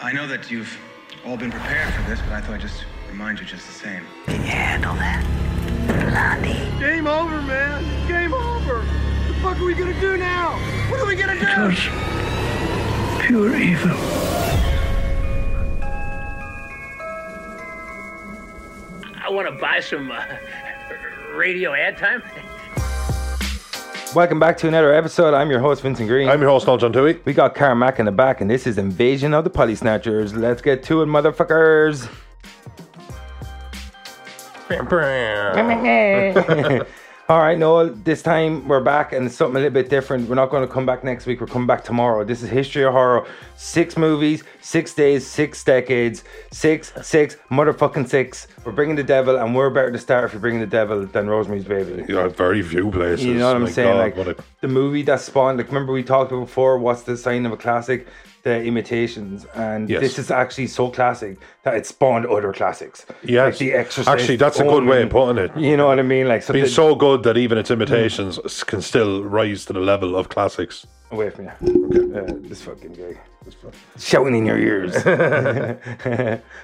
I know that you've all been prepared for this, but I thought I'd just remind you just the same. Can you handle that, Blondie? Game over, man. Game over. What the fuck are we gonna do now? What are we gonna do? It was pure evil. I want to buy some uh, radio ad time. Welcome back to another episode. I'm your host, Vincent Green. I'm your host, Don John Dewey. we got Carmack in the back, and this is Invasion of the Poly Snatchers. Let's get to it, motherfuckers. All right, Noel, this time we're back and it's something a little bit different. We're not going to come back next week, we're coming back tomorrow. This is History of Horror. Six movies, six days, six decades, six, six, motherfucking six. We're bringing the devil, and we're better to start if you're bringing the devil than Rosemary's Baby. You know, very few places. You know what I'm My saying? God, like what a- the movie that spawned. Like remember we talked about before. What's the sign of a classic? The imitations, and Yes. this is actually so classic that it spawned other classics. like Yes. the Exorcist. Actually, that's a good way of Omen, putting it. You know what I mean? Like so Being the- so good that even its imitations s- can still rise to the level of classics. away from you. Uh, this fucking guy. This fuck- Shouting in your ears,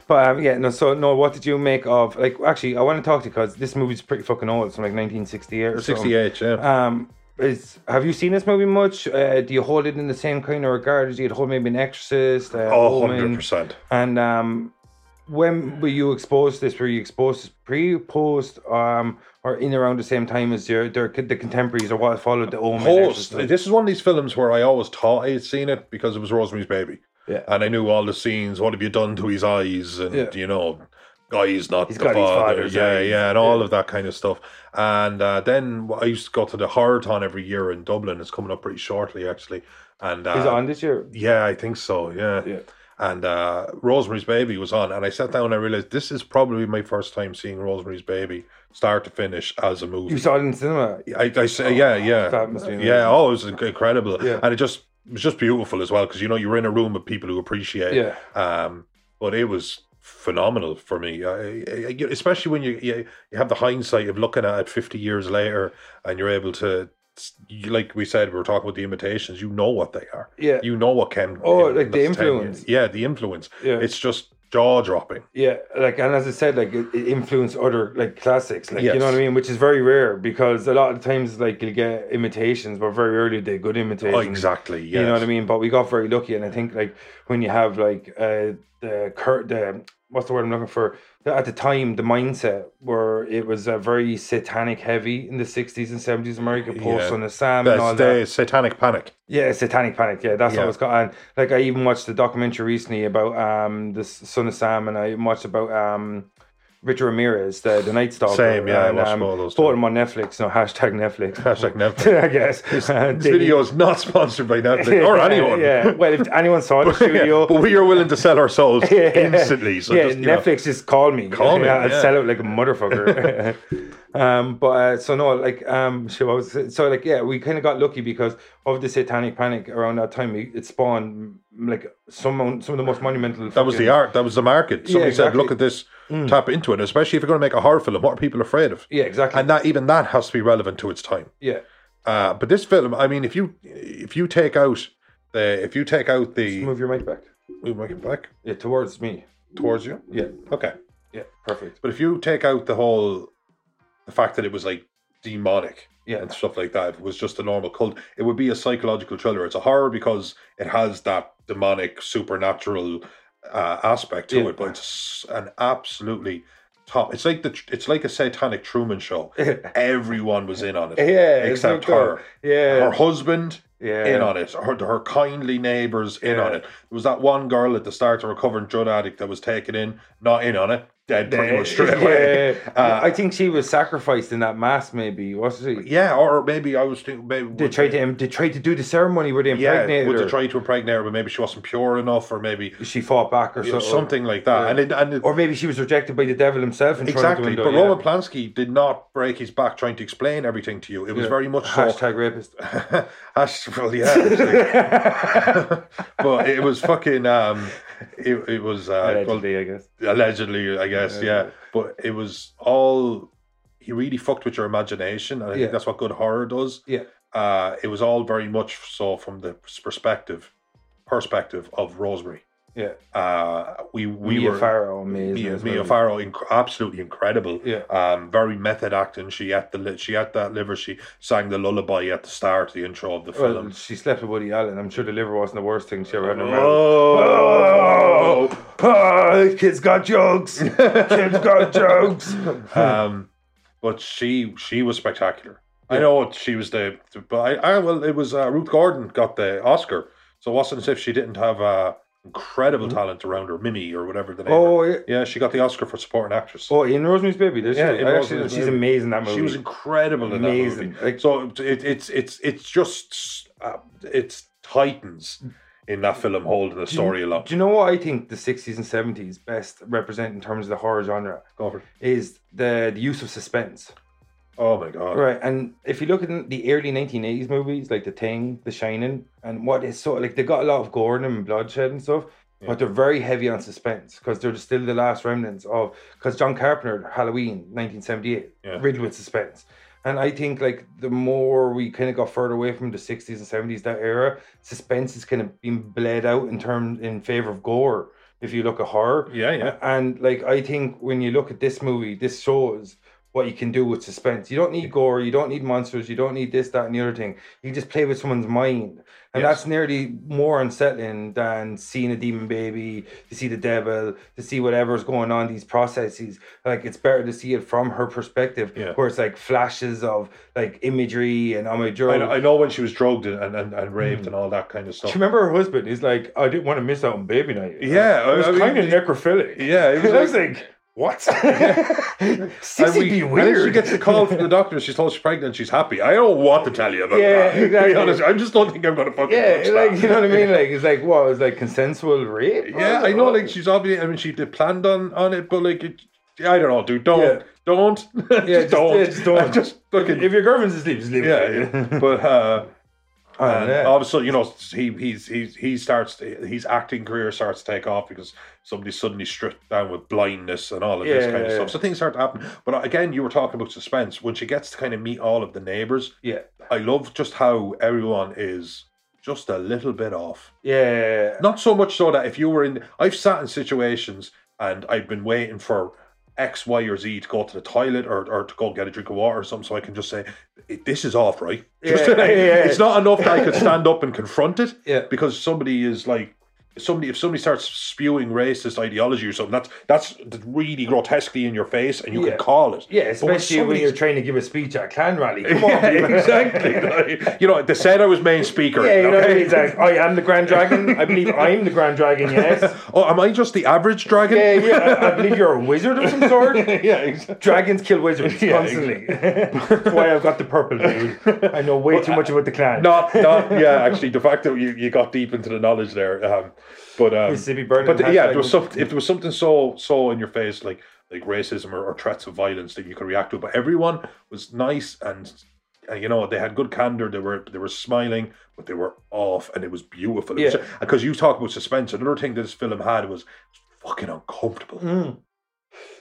but um, yeah, no. So no, what did you make of like? Actually, I want to talk to you because this movie's pretty fucking old. It's from like 1968 or something. 68, yeah. Um, is have you seen this movie much? Uh, do you hold it in the same kind of regard as you'd hold maybe an Exorcist? Uh, Oh, Omen? 100%. And um, when were you exposed to this? Were you exposed to this pre, post, um, or in around the same time as your their, the contemporaries or what followed the Omen? Post. Exorcist? This is one of these films where I always thought I had seen it because it was Rosemary's Baby. Yeah. And I knew all the scenes. What have you done to his eyes? And, Yeah. you know, guy's not He's the got his father. father's yeah, eyes. yeah, and all of that kind of stuff. And uh, then I used to go to the Horrorthon every year in Dublin. It's coming up pretty shortly, actually. And uh, Is it on this year? Yeah, I think so. Yeah. Yeah. And uh, Rosemary's Baby was on, and I sat down and I realized this is probably my first time seeing Rosemary's Baby start to finish as a movie. You saw it in cinema. I, I say, yeah, yeah, Oh, that must be amazing. yeah. Oh, it was inc- incredible, Yeah. and it just it was just beautiful as well because you know you're in a room with people who appreciate. Yeah. Um, but it was phenomenal for me, I, I- I- especially when you, you you have the hindsight of looking at it 50 years later, and you're able to, you, like we said, we were talking about the imitations. You know what they are. Yeah. You know what can. Oh, in like the next 10 years- influence. Yeah, the influence. Yeah. It's just jaw dropping. Yeah, like and as I said, like it, it influenced other like classics, like you Yes. know what I mean, which is very rare because a lot of times like you'll get imitations, but very rarely they good imitations. Oh, exactly. Yes. You know what I mean? But we got very lucky, and I think like when you have like uh, the cur- the what's the word I'm looking for The- at the time the mindset where it was uh, very satanic heavy in the 60s and 70s America post Yeah. on the Sam and all That's that. the satanic panic. Yeah, Satanic Panic. Yeah, that's what Yeah. it's called. And like, I even watched the documentary recently about um the Son of Sam, and I even watched about um Richard Ramirez, the the Night Stalker. Same, yeah, I and, watched um, all those Both of too. them on Netflix. No hashtag Netflix. Hashtag Netflix. I guess Uh, This they- video is not sponsored by Netflix or Yeah, anyone. Yeah, well, if anyone saw the studio. but we are willing to sell our souls instantly. So yeah, just, you know. Netflix just called me. Call me, Yeah, I'd yeah. sell out like a motherfucker. um, but uh, so no, like um, so, I was, so like yeah, we kind of got lucky because of the Satanic Panic around that time. It, it spawned mm, like some mon- some of the most monumental. That was the art. That was the market. Somebody said, exactly. Mm. "Look at this. Tap into it." Especially if you're going to make a horror film, what are people afraid of? Yeah, exactly. And that even that has to be relevant to its time. yeah, Uh, but this film, I mean, if you if you take out the if you take out the move your mic back. move my back Yeah, towards me. towards you, Yeah, okay. yeah, perfect. But if you take out the whole the fact that it was like demonic Yeah. and stuff like that, if it was just a normal cult, it would be a psychological thriller. It's a horror because it has that demonic supernatural uh, aspect to Yeah. it, but it's an absolutely top. It's like the tr- it's like a satanic Truman show. Everyone was in on it, Yeah, it's except no her. good. Yeah. her husband. Yeah. In on it, her, her kindly neighbors in on Yeah. it. There was that one girl at the start, a recovering drug addict, that was taken in, not in on it, dead pretty much straight away. Eh, Uh, Yeah, I think she was sacrificed in that mass. Maybe wasn't she? Yeah, or maybe I was thinking maybe They would- tried to they tried to do the ceremony where they yeah, impregnated would her. they try to impregnate her, but maybe she wasn't pure enough, or maybe she fought back or you know, something. something like that. And it, and it, Or maybe she was rejected by the devil himself and exactly, tried to but undo it, Roman Polanski did not break his back trying to explain everything to you. It was Yeah. very much so. Hashtag rapist. Hash- well, yeah, actually. but it was fucking. Um, it, it was uh, well, Allegedly, I guess. allegedly, I guess, yeah. But it was all he really fucked with your imagination, and I Yeah. think that's what good horror does. Yeah. uh, it was all very much so from the perspective perspective of Rosemary. Yeah. Uh, we we Mia were Farrow, amazing. Mia, as Mia well. Farrow, inc- absolutely incredible. Yeah. Um, very method acting. She had the li- she had that liver. She sang the lullaby at the start, the intro of the Well, film. she slept with Woody Allen. I'm sure the liver wasn't the worst thing she ever had in her mouth. Oh. Oh, kids got jokes. kids got jokes. um, but she she was spectacular. I know she was the, but I, I well it was uh, Ruth Gordon got the Oscar, so it wasn't as if she didn't have uh, incredible talent around her, Minnie or whatever the name. Mm-hmm. Oh, yeah. yeah, she got the Oscar for supporting actress. Oh, in Rosemary's Baby, there's Yeah, yeah, in I actually, Rosemary's she's Baby. amazing in that movie. She was incredible in Amazing. that movie. Like- so it, it's it's it's just uh, it's Titans in that film holding the Do you- story along. Do you know what I think the 60s and 70s best represent in terms of the horror genre Go for it. is the, the use of suspense. Oh my god! Right, and if you look at the early 1980s movies like The Thing, The Shining, and what is so like they got a lot of gore in them and bloodshed and stuff, but they're very heavy on suspense because they're still the last remnants of because John Carpenter Halloween 1978 Yeah. riddled with suspense, and I think like the more we kind of got further away from the 60s and 70s that era, suspense is kind of being bled out in terms in favor of gore. If you look at horror, Yeah, yeah. and like I think when you look at this movie, this shows what you can do with suspense. You don't need gore, you don't need monsters, you don't need this, that, and the other thing. You just play with someone's mind. And Yes. that's nearly more unsettling than seeing a demon baby, to see the devil, to see whatever's going on, these processes. Like it's better to see it from her perspective, Yeah. where it's like flashes of like imagery and oh my I, god. know- I know when she was drugged and, and, and, and Hmm. raped and all that kind of Do stuff. you remember her husband? He's like, I didn't want to miss out on baby night. Yeah, I was I- I kind of mean- necrophilic. Yeah, it was I was like- like, what? Sissy And we- be and then weird. she gets the call from the doctor. She's told she's pregnant. She's happy. I don't want to tell you about Yeah, that. To exactly. be honest, I just don't think I'm gonna fucking. yeah, touch like that. you know what I mean. Like it's like what? It's like consensual rape. Yeah, I know. Like she's obviously. I mean, she did planned on on it, but like, it, I don't know, dude. Don't, Yeah. don't, just yeah, just, don't, yeah, just don't. Just fucking. Oh. if your girlfriend's asleep, just leave. yeah, it. yeah. but uh, Oh, and yeah. obviously, you know, he he's he's he starts his acting career starts to take off because somebody's suddenly stripped down with blindness and all of this Yeah, kind of yeah, stuff. So things start to happen. But uh, again, you were talking about suspense. When she gets to kind of meet all of the neighbors, yeah, I love just how everyone is just a little bit off. yeah. Not so much so that if you were in, I've sat in situations and I've been waiting for X, Y, or Z to go to the toilet or, or to go get a drink of water or something, so I can just say, this is off, right? Just- Yeah, yeah. It's not enough that I could stand up and confront it Yeah. because somebody is like, Somebody, if somebody starts spewing racist ideology or something, that's that's really grotesquely in your face, and you Yeah. can call it. Yeah, But especially when, somebody's- you're trying to give a speech at a clan rally. Come on, yeah, people. exactly. Like, you know, they said I was main speaker. Yeah, you know what I okay? mean? It's like, I am the Grand Dragon. I believe I'm the Grand Dragon. Yes. Oh, am I just the average dragon? Yeah, yeah. I, I believe you're a wizard of some sort. yeah, exactly. Dragons kill wizards Yeah, constantly. That's why I've got the purple. dude. I know way too much about the clan. Not, not, yeah. Actually, the fact that you, you got deep into the knowledge there, um, but um, Mississippi Burning But yeah, if there was hashtag. some, if there was something so so in your face like like racism or, or threats of violence that you could react to, but everyone was nice and. uh, you know they had good candor. They were they were smiling, but they were off, and it was beautiful. Yeah. Because you talk about suspense. Another thing this film had was fucking uncomfortable. Mm.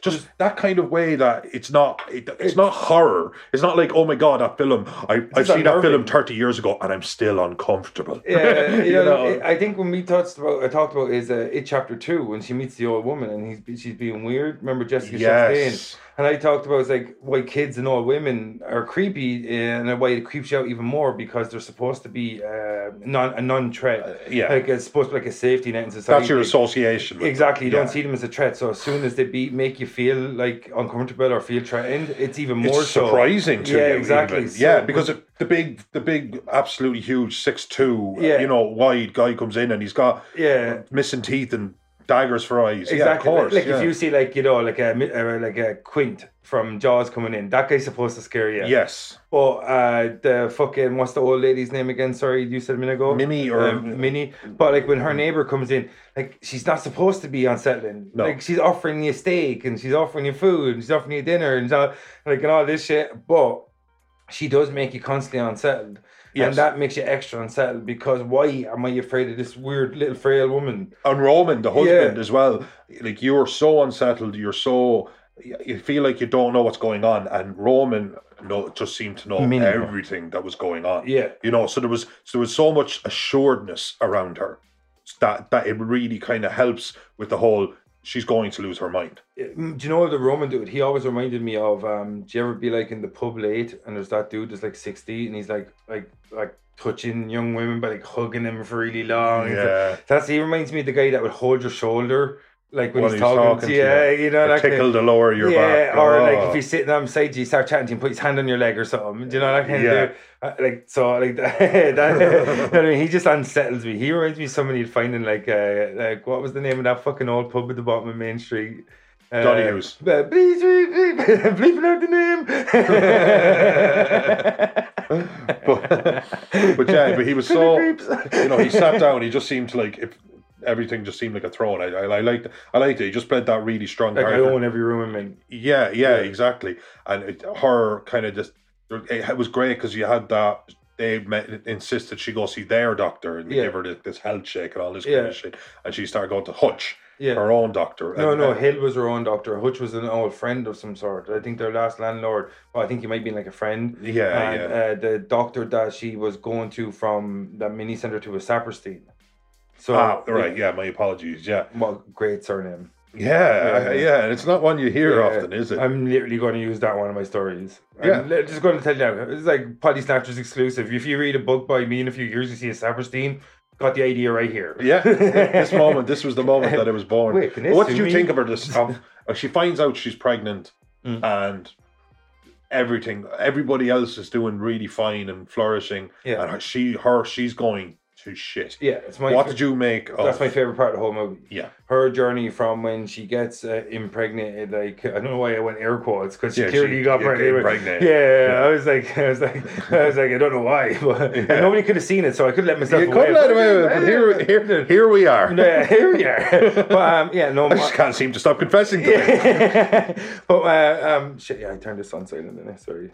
just that kind of way that it's not it, it's not horror it's not like oh my god that film I, i've just seen that film unnerving. 30 years ago and i'm still uncomfortable Yeah, you know, know? I think when we talked about, I talked about is uh, it chapter two when she meets the old woman and he's she's being weird. Remember Jessica Yes. Chastain? And I talked about it's like why kids and old women are creepy and why it creeps you out even more because they're supposed to be uh, non a non threat. Uh, yeah. like it's supposed to be like a safety net in society. that's your Like, association with it. Exactly, you Yeah. don't see them as a threat. So as soon as they be, make you feel like uncomfortable or feel threatened, it's even it's more so. surprising to yeah, you exactly. even. yeah So- because it- the big the big absolutely huge 6'2 Yeah. yeah. you know wide guy comes in and he's got yeah, missing teeth and daggers for eyes yeah of Exactly. course like yeah. if you see like you know like a mi- uh, like a Quint from Jaws coming in, that guy's supposed to scare you. yes But uh, the fucking what's the old lady's name again? Sorry, you said a minute ago. Mimi or- um, Minnie. But like when her neighbor comes in, like she's not supposed to be unsettling. No. Like she's offering you steak and she's offering you food and she's offering you dinner and all, like and all this shit. But she does make you constantly unsettled. Yes. And that makes you extra unsettled because why am I afraid of this weird little frail woman? and Roman, the husband Yeah. as well. Like you're so unsettled, you're so you feel like you don't know what's going on, and Roman no just seemed to know Minimal. everything that was going on. Yeah. you know, so there was so there was so much assuredness around her. that that it really kind of helps with the whole she's going to lose her mind. Mm, Do you know what the Roman dude? He always reminded me of. Um, do you ever be like in the pub late and there's that dude that's like sixty and he's like like like touching young women but like hugging them for really long. He's like- Yeah, that's he reminds me of the guy that would hold your shoulder like when While he's, he's talking, talking to to you. Yeah, you know, it that kind tickle of, the lower of your yeah, back. or like Oh. if he's sitting on side, you start chatting, to him, put his hand on your leg or something. Do you know that kind Yeah. of dude? Uh, Like so, like that. that I mean, he just unsettles me. He reminds me of somebody you'd find in like uh, like what was the name of that fucking old pub at the bottom of Main Street. Uh, Donahue's. uh, Please, bleep, bleep, bleeping out the name. but, but yeah, but he was so Creeps. you know he sat down. He just seemed to like if everything just seemed like a throne. I I, I liked I liked it. He just played that really strong like I character. own every room I'm in. Yeah, yeah, exactly. And it, her kind of just it was great because you had that they met, insisted she go see their doctor and they Yeah. give her this health shake and all this Yeah. kind of shit, and she started going to Hutch, Yeah. her own doctor. No, and, no, and- Hill was her own doctor. Hutch was an old friend of some sort. I think their last landlord, well, I think he might be like a friend. yeah, and yeah. Uh, the doctor that she was going to from that mini center to was Saperstein. So, ah, right. Yeah, my apologies. Yeah, Well, great surname. yeah, Yeah. yeah, And it's not one you hear Yeah. often, is it? I'm literally going to use that one of my stories. Yeah. I'm li- just going to tell you now. It's like Potty Snatchers exclusive. If you read a book by me in a few years, you see a Saperstein. Got the idea right here. Yeah, this moment, this was the moment that I was born. Wait, can this what do did you me? think of her? This of, uh, she finds out she's pregnant, Mm. and everything, everybody else is doing really fine and flourishing, Yeah. and her- she, her, she's going to shit. Yeah, it's my what did you make of? That's my favorite part of the whole movie. Yeah. Her journey from when she gets uh, impregnated, like I don't know why I went air quotes because she Yeah, clearly she- got yeah, pregnant. got pregnant. Yeah, I was like, I was like, I was like, I don't know why, but and nobody could have seen it, so I could let myself. You could let away with it, but here, here, here we are. Yeah, here we are. But um, yeah, no. I just can't seem to stop confessing to it. but uh, um, shit, yeah, I turned this on silent. Didn't I? Sorry,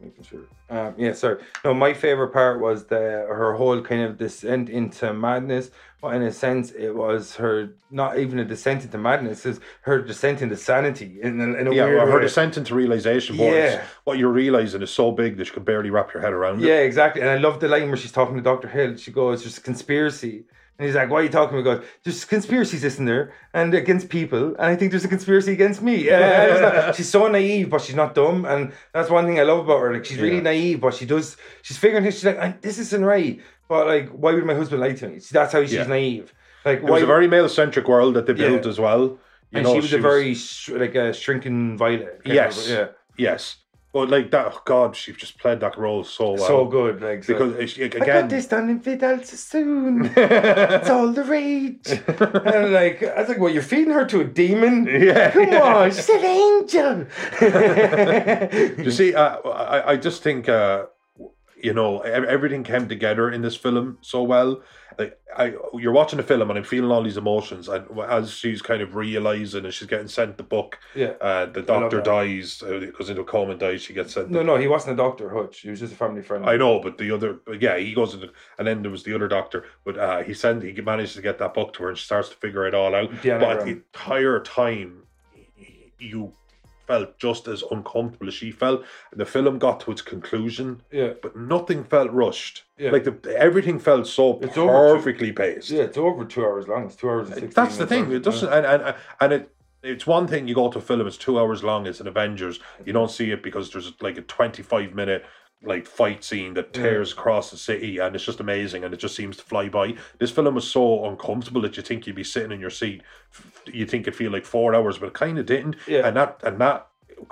making sure. Um, yeah, sorry. No, my favorite part was the her whole kind of descent into madness. But in a sense, it was her not even a descent into madness; is her descent into sanity. In a, in a Yeah, weird well, her way. descent into realization. Boy, it's- Yeah. what you're realizing is so big that you can barely wrap your head around it. Yeah, exactly. And I love the line where she's talking to Dr. Hill. She goes, There's a conspiracy. And he's like, Why are you talking? He goes, There's conspiracies, isn't there? And against people. And I think there's a conspiracy against me. Yeah, and it's not- she's so naive, but she's not dumb. And that's one thing I love about her. Like, she's really naive, but she does, she's figuring things. She's like, "I- This isn't right. But, like, why would my husband lie to me? See, that's how she's Yeah. naive. Like, It was a very male-centric world that they Yeah. built as well. You and know, she was a very, sh- like, a shrinking violet. kind of- Yes. yeah. Yes. But like that, oh God, she just played that role so well. So good. Like, so- because it's- like, I again, got this done in Vidal soon. it's all the rage. and like, I was like, well, you're feeding her to a demon? Yeah. Come on, she's an angel. you see, uh, I, I just think uh, you know ev- everything came together in this film so well. Like I, you're watching the film and I'm feeling all these emotions, and as she's kind of realizing and she's getting sent the book, yeah. uh, the love doctor that. dies, uh, goes into a coma and dies. She gets sent. No, the, no, he wasn't a doctor, Hutch. He was just a family friend. I know, but the other, but yeah, he goes into, and then there was the other doctor, but uh, he sent, he managed to get that book to her, and she starts to figure it all out. The but anagram. the entire time, y- you felt just as uncomfortable as she felt. And the film got to its conclusion, Yeah. but nothing felt rushed. Yeah. Like the, everything felt so It's over two- perfectly paced. Yeah, it's over two hours long. It's two hours and 16 That's the minutes thing. It long. doesn't, and and, and it. It's one thing you go to a film; it's two hours long. It's an Avengers. You don't see it because there's like a twenty-five minute like fight scene that tears across the city, and it's just amazing, and it just seems to fly by. This film was so uncomfortable that you think you'd be sitting in your seat. F- You think it'd feel like four hours, but it kind of didn't. Yeah. and that and that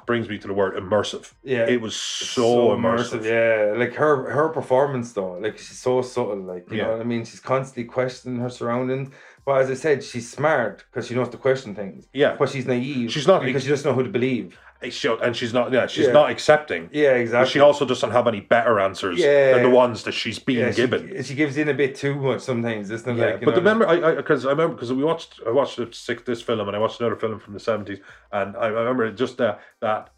brings me to the word immersive. Yeah. it was so, immersive. Yeah, like her her performance though, like she's so subtle. Like you Yeah. know what I mean? She's constantly questioning her surroundings. But as I said, she's smart because she knows to question things. Yeah. but she's naive. She's not- because she doesn't know who to believe. It's so- And she's not. Yeah, she's Yeah. not accepting. Yeah, But exactly. she also doesn't have any better answers than Yeah. the ones that she's being Yeah, she- given. She, gives in a bit too much sometimes, isn't it? Yeah, like, you but know, remember, I because I, remember because we watched I watched the six, this film and I watched another film from the seventies, and I remember it just uh, that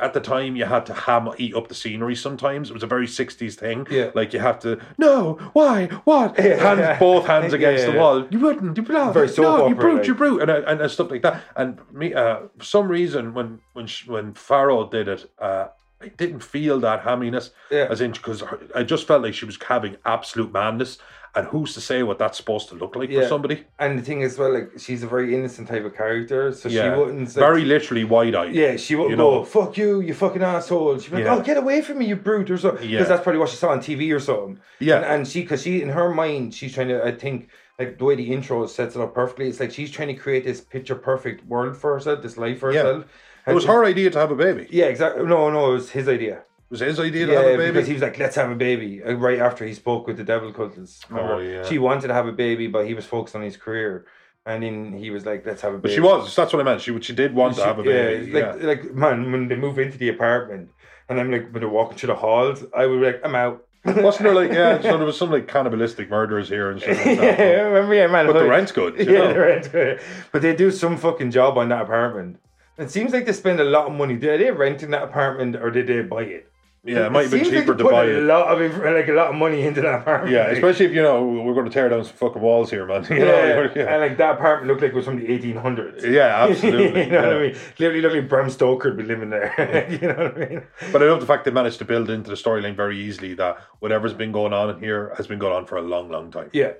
at the time you had to ham eat up the scenery. Sometimes it was a very sixties thing. Yeah. like you have to no why what Yeah. hands both hands against the Yeah. wall. You wouldn't you blah Very soap no you opera, brute like. you brute and, uh, and and stuff like that. And me uh, for some reason when when sh when Farrow did it. uh I didn't feel that hamminess Yeah. as in because I just felt like she was having absolute madness, And who's to say what that's supposed to look like Yeah. for somebody? And the thing is, well, like she's a very innocent type of character, so she wouldn't. Like, very literally wide eyed. Yeah, she wouldn't you go, know. fuck you, you fucking asshole. She'd be like, Yeah. oh, get away from me, you brute, or something. Because Yeah. that's probably what she saw on TV or something. Yeah. And, and she, because she, in her mind, she's trying to, I think, like the way the intro sets it up perfectly, it's like she's trying to create this picture perfect world for herself, this life for Yeah. herself. It was her idea to have a baby. Yeah, exactly. No, no, it was his idea. It was his idea to Yeah, have a baby. because he was like, "Let's have a baby." uh, Right after he spoke with the devil cultists, Oh, yeah. she wanted to have a baby, but he was focused on his career, and then he was like, "Let's have a baby." but she was. That's what I meant. She she did want to She- have a baby. Yeah, like like man, when they move into the apartment, and I'm like, when they're walking through the halls, I would be like, "I'm out." Wasn't there like yeah? So there was some like cannibalistic murders here and stuff like that. yeah, remember, yeah, man. But the like- rent's good. You Yeah, know? the rent's good. But they do some fucking job on that apartment. It seems like they spend a lot of money. Did they renting that apartment or did they buy it? yeah, it might have been seems like cheaper they to put buy a it. lot of inf- like a lot of money into that apartment. Yeah, especially if you know we're going to tear down some fucking walls here, man. You know, Yeah, yeah. and like that apartment looked like it was from the 1800s. Yeah, absolutely. you know what I yeah. mean? Literally looked like Bram Stoker would be living there. you know what I mean? But I love the fact they managed to build into the storyline very easily that whatever's been going on in here has been going on for a long, long time. Yeah,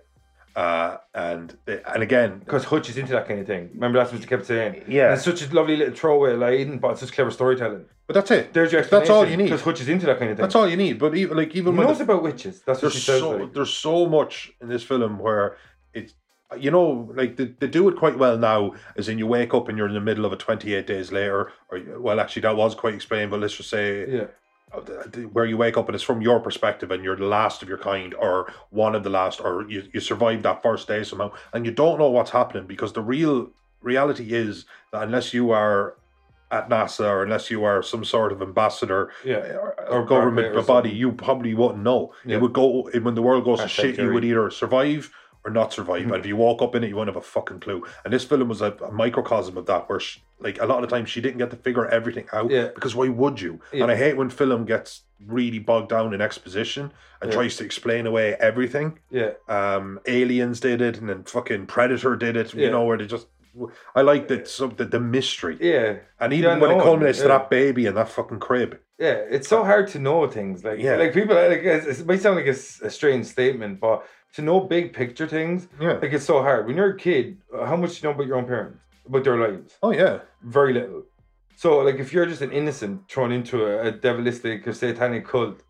Uh, and and again, because Hutch is into that kind of thing. Remember, that's what you kept saying. Yeah. And it's such a lovely little throwaway line, but it's such clever storytelling. but that's it. There's your that's all you need. Because Hutch is into that kind of thing. That's all you need. But even like even He when knows the- about witches. That's what she there's says. so like. there's so much in this film where it's you know like they, they do it quite well now as in you wake up and you're in the middle of a 28 days later or well actually that was quite explained but let's just say Yeah. uh, th- th- where you wake up and it's from your perspective and you're the last of your kind or one of the last or you, you survived that first day somehow and you don't know what's happening because the real reality is that unless you are at NASA or unless you are some sort of ambassador Yeah. or, Or or government partner or body, something. you probably wouldn't know. Yeah. It would go it- when the world goes to Hashtag Hmm. shit. You theory. would either survive or not survive, and if you walk up in it, you won't have a fucking clue. And this film was a, a microcosm of that, where she, like a lot of the time she didn't get to figure everything out Yeah. because why would you? Yeah. And I hate when film gets really bogged down in exposition and Yeah. tries to explain away everything. Yeah. Um, Aliens did it, and then fucking Predator did it. Yeah. You know where they just. I like that some the, the mystery, Yeah. and The even when it unknown, culminates to yeah. that baby and that fucking crib. Yeah, it's so hard to know things. Like, Yeah. like people, like it's- it might sound like a, s- a strange statement, but to know big picture things, Yeah. like it's so hard. When you're a kid, uh, how much do you know about your own parents, about their lives? Oh yeah, Very little. So, like, if you're just an innocent thrown into a, a devilistic or satanic cult,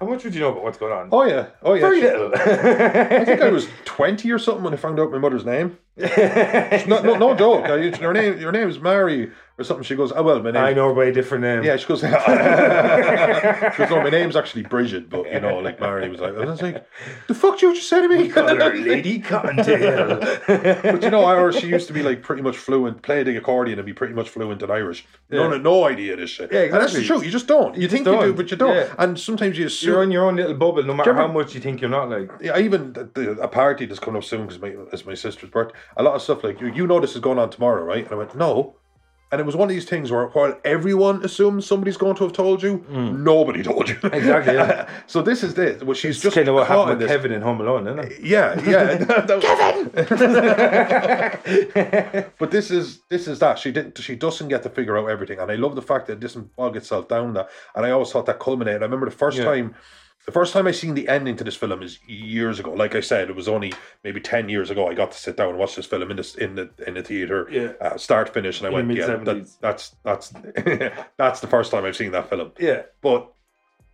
how much would you know about what's going on? oh yeah, oh yeah. Very She- little. I think I was 20 or something when I found out my mother's name. was No, no, no joke. I, her name, your name's Mary or something. She goes, oh well, my name. I know by a different name. Yeah, she goes. she goes, no, my name's actually Bridget, but you know, like Mary was like, I was like, the fuck you just say to me? Call her Lady Cottontail. but you know, Irish. She used to be like pretty much fluent, play the accordion, and be pretty much fluent in Irish. No, no, no idea this shit. Yeah, And that's the exactly. truth. You just don't. You, think you do, don't. but you don't. Yeah. And sometimes you assume You're on your own little bubble, no matter ever- how much you think you're not like. yeah, even the, the, a party that's coming up soon because my it's my sister's birthday. A lot of stuff like you, you know this is going on tomorrow, right? And I went no, and it was one of these things where while everyone assumes somebody's going to have told you, nobody told you Mm. Exactly, yeah. so this is this. Well, she's It's just kind of what caught happened with in this. Kevin in Home Alone, isn't it? Yeah, yeah. but this is this is that she didn't she doesn't get to figure out everything, and I love the fact that it doesn't bog itself down. That and I always thought that culminated. I remember the first Yeah. time. The first time I seen the ending to this film is years ago. Like I said, it was only maybe ten years ago. I got to sit down and watch this film in this in the in the theater, Yeah. uh, start to finish, and I In went, the yeah, that, mid-seventies. that's that's that's the first time I've seen that film. Yeah. But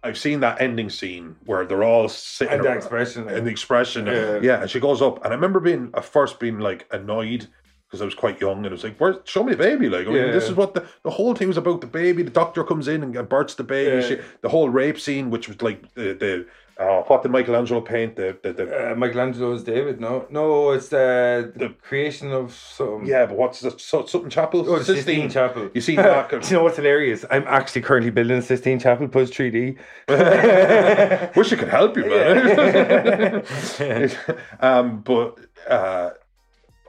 I've seen that ending scene where they're all sitting And the around- expression. and the expression. Yeah. Yeah. and she goes up, and I remember being at first being like annoyed because I was quite young, and I was like, "Where's show me the baby?" Like, I mean, Yeah. this is what the, the whole thing was about. The baby, the doctor comes in and births the baby. Yeah. She, the whole rape scene, which was like the the uh, what did Michelangelo paint? The the, the Uh, Michelangelo's David, no, no, it's uh, the, the The- creation of some. yeah, but what's the so, something chapel? Oh, the Sistine Chapel. You see that? Do you know what's hilarious? I'm actually currently building a Sistine Chapel plus 3D. Wish I could help you, man. um, but uh,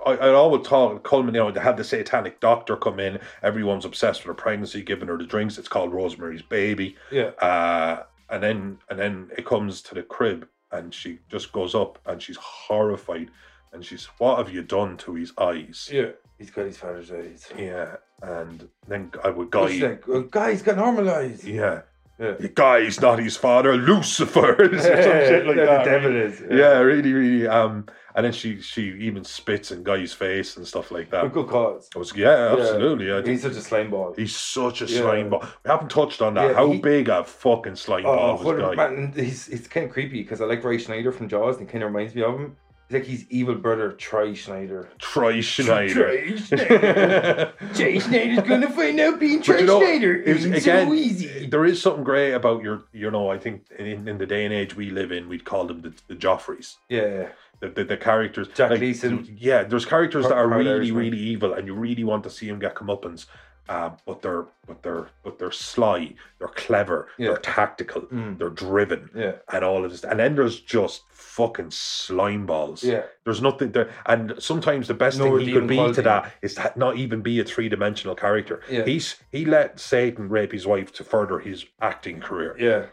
I, I always thought Coleman, you know, they had the satanic doctor come in. Everyone's obsessed with her pregnancy, giving her the drinks. It's called Rosemary's Baby. Yeah. Uh, and then and then it comes to the crib, and she just goes up, and she's horrified, and she's, "What have you done to his eyes?" Yeah. He's got his father's eyes. Yeah. And then I would It's guy. like, oh, guy's got normalized. Yeah. The guy's not his father, Lucifer. or some shit like Yeah, the that. devil right? is, yeah. Yeah, really, really. Um, and then she she even spits in Guy's face and stuff like that. Good cause. I was yeah, absolutely. I, He's such a slime ball. he's such a Yeah. slime ball. We haven't touched on that. Yeah, How he- big a fucking slime Oh, ball was Guy? man, he's it's kind of creepy because I like Ray Schneider from Jaws, and he kind of reminds me of him. He's like his evil brother, Troy Schneider. Troy Schneider. Troy Schneider. Jay Schneider's gonna find out being But Troy you know, Schneider it was- isn't so again, easy. there is something great about your, you know, I think in, in the day and age we live in, we'd call them the, the Joffreys. Yeah, The, the, the characters. Jack Leeson. th- Yeah, there's characters Har- that are Hard really, Irishman. really evil and you really want to see them get comeuppance. Um, but they're but they're but they're sly, they're clever, Yeah. they're tactical, Mm. they're driven, yeah, and all of this. And then there's just fucking slime balls. yeah. The's nothing there, and sometimes the best No thing he redeeming could be quality. to that is to not even be a three dimensional character. Yeah. He's he let Satan rape his wife to further his acting career. Yeah,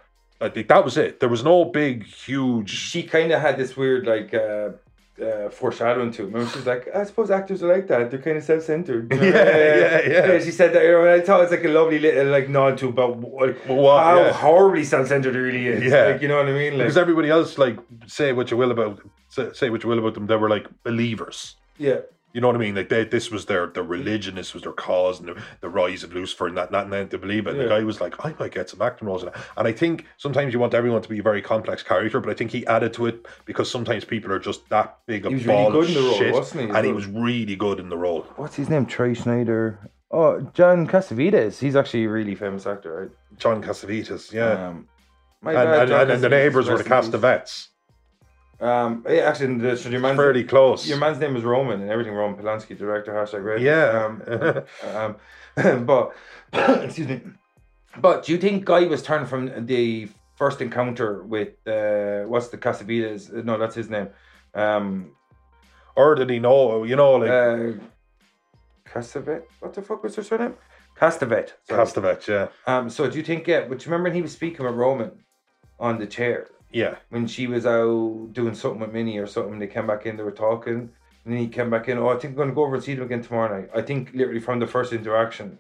I think that was it. There was no big, huge. she kind of had this weird like uh, uh, foreshadowing to it. Remember, she was like, "I suppose actors are like that. They're kind of self-centered." Yeah, yeah, yeah. She said that, you know, and I thought it's like a lovely little uh, like nod to about what, What, how yeah. horribly self-centered it really is. Yeah. like you know what I mean. Like, Because everybody else, like, say what you will about say say what you will about them, they were like believers. yeah, You know what I mean? Like they, this was their their religion, this was their cause, and the, the rise of Lucifer, and that that meant to believe it. And Yeah. The guy was like, I might get some acting roles, in that." and I think sometimes you want everyone to be a very complex character, but I think he added to it because sometimes people are just that big a He was really ball good of in the role, shit, wasn't he, as and he well? was really good in the role. what's his name? Trey Schneider. Oh, John Cassavetes. He's actually a really famous actor, John Cassavetes, right? yeah, Um, my and, bad, and, John and, and the Cassavetes, neighbors were rest the in cast peace. of vets. Um, yeah, actually, the, so your man's Fairly close. Your man's name is Roman and everything. Roman Polanski, director, hashtag great. Yeah. Um, um, but excuse me. But do you think Guy was turned from the first encounter with uh, what's the Casavitas? uh, No, that's his name. Um, or did he know? You know, like uh, Casavet. What the fuck was her surname? Castavet. sorry. Castavets, yeah, Um, so do you think? Yeah, but do you remember when he was speaking with Roman on the chair? yeah. when she was out doing something with Minnie or something, they came back in, they were talking, and then he came back in, oh, I think I'm gonna go over and see them again tomorrow night. I think literally from the first interaction,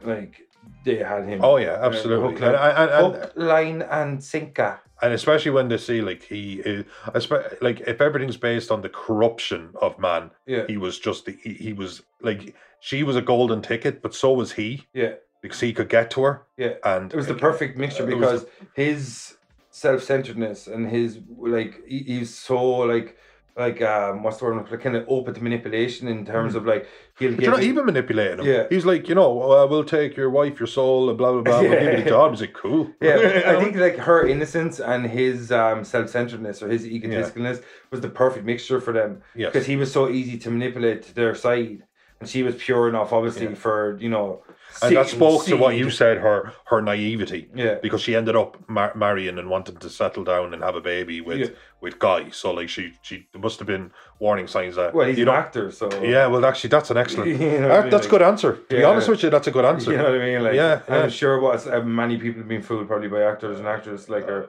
like they had him. Oh yeah, Uh, absolutely. hook, and, line, and, and, hook, line and sinker. and especially when they see like he is espe- like if everything's based on the corruption of man Yeah, he was just the, he, he was like she was a golden ticket but so was he yeah, because he could get to her yeah. and It was the perfect mixture It was because his self-centeredness and his like he, he's so like like um what's the word like kind of open to manipulation in terms of like he'll Mm. but give you're not you- even manipulating him. Yeah. He's like, you know, uh, we'll take your wife, your soul, and blah blah blah. We'll give you Yeah. the job. He's like, cool. Yeah, I think like her innocence and his um, self-centeredness or his egotisticalness was the perfect mixture for them Yes. because he was so easy to manipulate to their side, and she was pure enough, obviously, for you know. and that Satan spoke to what seed. you said her her naivety Yeah. because she ended up mar- marrying and wanting to settle down and have a baby with Yeah. with guy so like she she there must have been warning signs that Well, he's you an don't actor, so yeah well actually that's an excellent You know what I Ah, mean, that's a like- good answer to be Yeah. honest with you that's a good answer You know what I mean? Like, Yeah, yeah. I'm sure what uh, many people have been fooled probably by actors and actresses, like are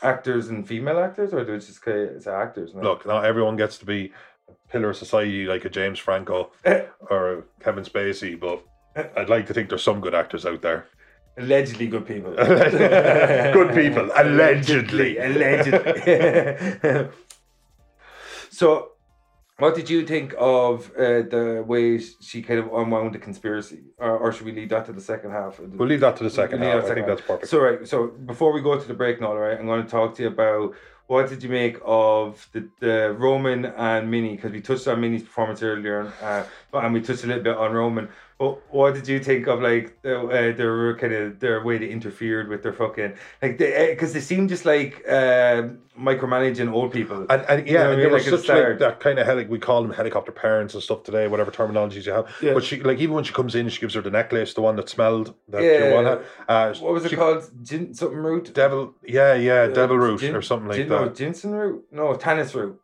actors and female actors, or do it just say say actors? No? look not everyone gets to be a pillar of society like a James Franco Eh. or a Kevin Spacey but I'd like to think there's some good actors out there Allegedly good people. Good people, allegedly. Allegedly. so, what did you think of uh, the way she kind of unwound the conspiracy? Or, or should we leave that to the second half? of the- we'll leave that to the second Leave half that I think second that's perfect So, right. So, before we go to the break now, all right, I'm going to talk to you about what did you make of the, the Roman and Minnie? Because we touched on Minnie's performance earlier, uh, but and we touched a little bit on Roman. But what did you think of like the, uh, their kind of their way they interfered with their fucking like they because they seem just like uh, micromanaging old people. And, and yeah, You know what I and mean? there was Like, it's such like hard. that kind of heli- we call them helicopter parents and stuff today, whatever terminologies you have. Yeah. But she like even when she comes in, she gives her the necklace, the one that smelled. That Yeah. you wanna, uh, what was it she- called? Gin, something root. Devil, yeah, yeah, Uh, devil root gin- or something like gin- that. No, ginseng root. No, tannis root.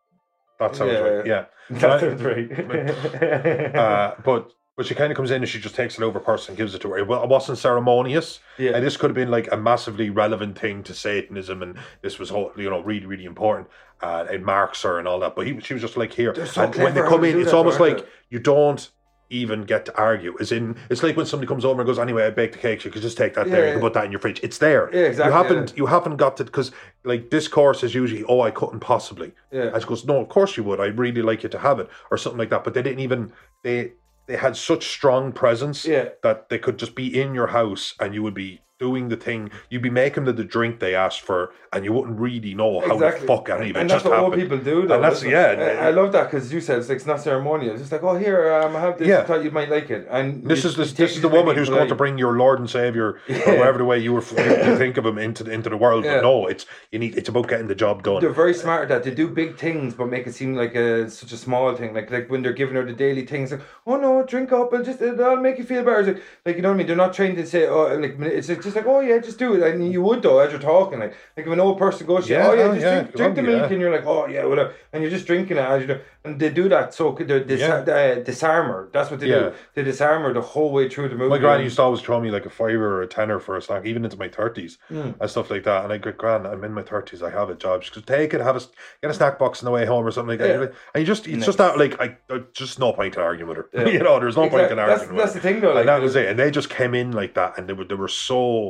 that sounds yeah. right. Yeah, That Tan- sounds right. uh, but but she kind of comes in and she just takes it over first and gives it to her. It wa- it wasn't ceremonious. Yeah. And this could have been like a massively relevant thing to Satanism, and this was whole, you know really really important. Uh, it marks her and all that, but he, she was just like here. They're so and when they clever how come they in, do it's that, almost aren't like they? you don't even get to argue. As in, it's like when somebody comes over and goes, "Anyway, I baked the cake. You could just take that there. You yeah. can put that in your fridge. It's there. Yeah, exactly, You haven't yeah. you haven't got to because like discourse is usually, "Oh, I couldn't possibly." Yeah. I goes, "No, of course you would. I'd really like you to have it," or something like that. But they didn't even they they had such strong presence Yeah. that they could just be in your house and you would be doing the thing you'd be making them the drink they asked for and you wouldn't really know how Exactly. the fuck any of it and just that's what old happened people do. Though, and that's isn't it? yeah I, I love that because you said it's like it's not ceremonial. It's just like, oh, here, um, I have this. I Yeah. thought you might like it. And This you- is you this, take this it is the by woman being who's going to polite. bring your Lord and Savior, or whatever the way you were f- you think of him into the, into the world. Yeah. But no, it's you need it's about getting the job done. They're very smart at that. They do big things, but make it seem like a such a small thing. Like like when they're giving her the daily things, like oh no, drink up and just it'll make you feel better. It's like, like you know what I mean. They're not trained to say oh like it's just like oh yeah, just do it. And you would though as you're talking, like like if an old person goes Yeah, oh yeah, oh, just yeah, drink, drink the come on, milk, yeah. and you're like oh yeah, whatever, and you're just drinking it as you do. And they do that so c- they're dis- Yeah. uh, disarmer. That's what they Yeah. do. They disarm her the whole way through the movie. my granny used to always throw me like a fiver or a tenner for a snack, even into my thirties Hmm. and stuff like that. And I go, Gran, I'm in my thirties, I have a job. She goes, take it, have a s- get a snack box on the way home or something like that. Yeah. You're like- And you just it's just that like I I- just no point in arguing with her. you know, there's no point in Exact- that's- arguing that's with her. the thing, though, like, and that was it. And they just came in like that, and they were they were so.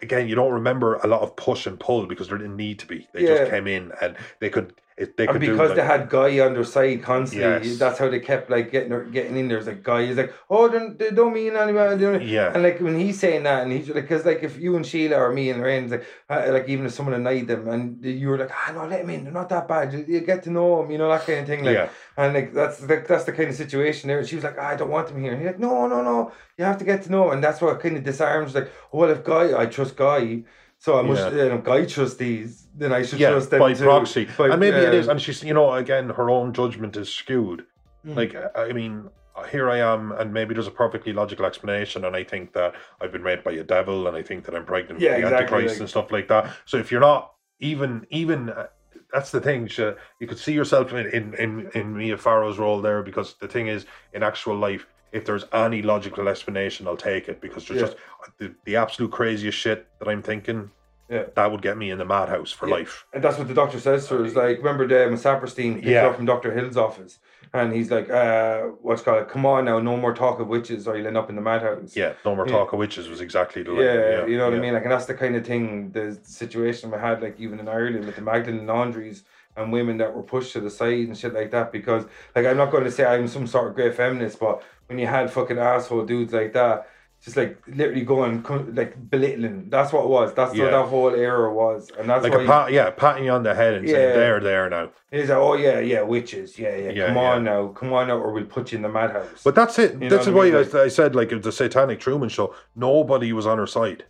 Again, you don't remember a lot of push and pull because there didn't need to be. They Yeah. just came in and they could. It, they And could do, because they like- had Guy on their side constantly, Yes. that's how they kept like getting her, getting in there. It's like Guy is like, oh, don't, they don't mean anybody. you know? Yeah. And like when he's saying that, and he's like, because like if you and Sheila or me and Rain, like uh, like even if someone annoyed them, and you were like, ah, no, let them in. They're not that bad. You, you get to know them, you know that kind of thing. Like, Yeah. and like that's the, that's the kind of situation there. And she was like, "Ah, I don't want them here. And he's like, no, no, no. You have to get to know. 'em." And that's what kind of disarms. Like, oh, well, if Guy, I trust Guy. So I must, Yeah. you know, Guy trusts these, then I should yeah, trust them by too. proxy. By- and maybe it yeah. is. And she's, you know, again, her own judgment is skewed. Hmm. Like, I I mean, here I am, and maybe there's a perfectly logical explanation, and I think that I've been raped by a devil, and I think that I'm pregnant Yeah, with the exactly, Antichrist like- and stuff like that. So if you're not even, even. Uh, that's the thing. Sha, You could see yourself in in in, in Mia Farrow's role there because the thing is, in actual life, if there's any logical explanation, I'll take it because there's Yeah. just uh, the, the absolute craziest shit that I'm thinking. Yeah. That would get me in the madhouse for Yeah. life. And that's what the doctor says to her. Is like, remember the when Saperstein picked her Yeah. up from Doctor Hill's office, and he's like, uh, "What's called? Come on now, no more talk of witches, or you'll end up in the madhouse." Yeah, no more Yeah. talk of witches was exactly the Yeah, line. you know what I yeah. mean. Like, and that's the kind of thing the situation we had, like even in Ireland with the Magdalene laundries and women that were pushed to the side and shit like that. Because, like, I'm not going to say I'm some sort of great feminist, but when you had fucking asshole dudes like that, just like literally going co- like belittling. That's what it was. That's what Yeah. that whole era was, and that's Like why a pat, yeah, patting you on the head and Yeah. saying there, there now. He's like, oh yeah, yeah, witches, yeah, yeah. Yeah, come yeah. on now, come on now, or we'll put you in the madhouse. But that's it. You know that's what I why mean? I, Like- I said like it was the Satanic Truman Show. Nobody was on her side.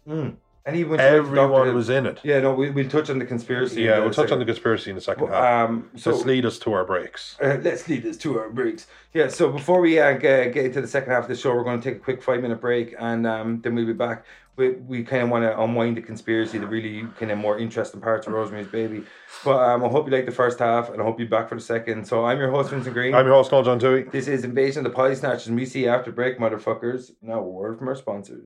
and even when she went to Dr. Everyone was in it. Yeah, Yeah, no, we we'll touch on the conspiracy. in a we'll touch on second. the conspiracy in the second half. Um, so Let's lead us to our breaks. Uh, let's lead this to our breaks. Yeah, so before we uh, get, get into the second half of the show, we're going to take a quick five minute break and um, then we'll be back. We, we kind of want to unwind the conspiracy, the really kind of more interesting parts of Rosemary's Baby. But um, I hope you like the first half and I hope you're back for the second. So I'm your host, Vincent Green. I'm your host, Noel John Dewey. This is Invasion of the Potty Snatchers, and we see you after break, motherfuckers. Now, a word from our sponsors.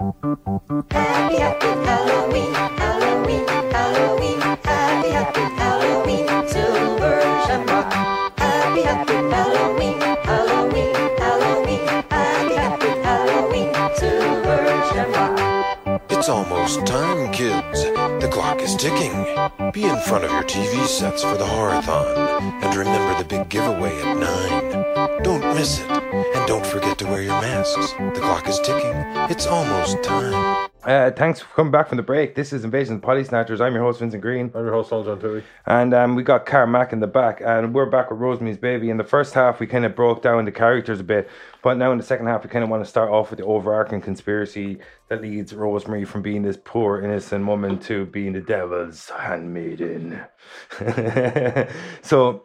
Happy, happy Halloween, Halloween, Halloween, happy, happy Halloween, silver shamrock. Happy, happy Halloween, Halloween, Halloween, happy, happy Halloween, silver shamrock. It's almost time, kids. The clock is ticking. Be in front of your TV sets for the horathon. And remember the big giveaway at 9. Don't miss it. And don't forget to wear your masks. The clock is ticking. It's almost time. Uh, thanks for coming back from the break. This is Invasion of the Potty Snatchers. I'm your host, Vincent Green. I'm your host, Noel John Dewey. And um, we got Carmack in the back, and we're back with Rosemary's Baby. In the first half, we kind of broke down the characters a bit, but now in the second half, we kind of want to start off with the overarching conspiracy that leads Rosemary from being this poor, innocent woman to being the devil's handmaiden. so,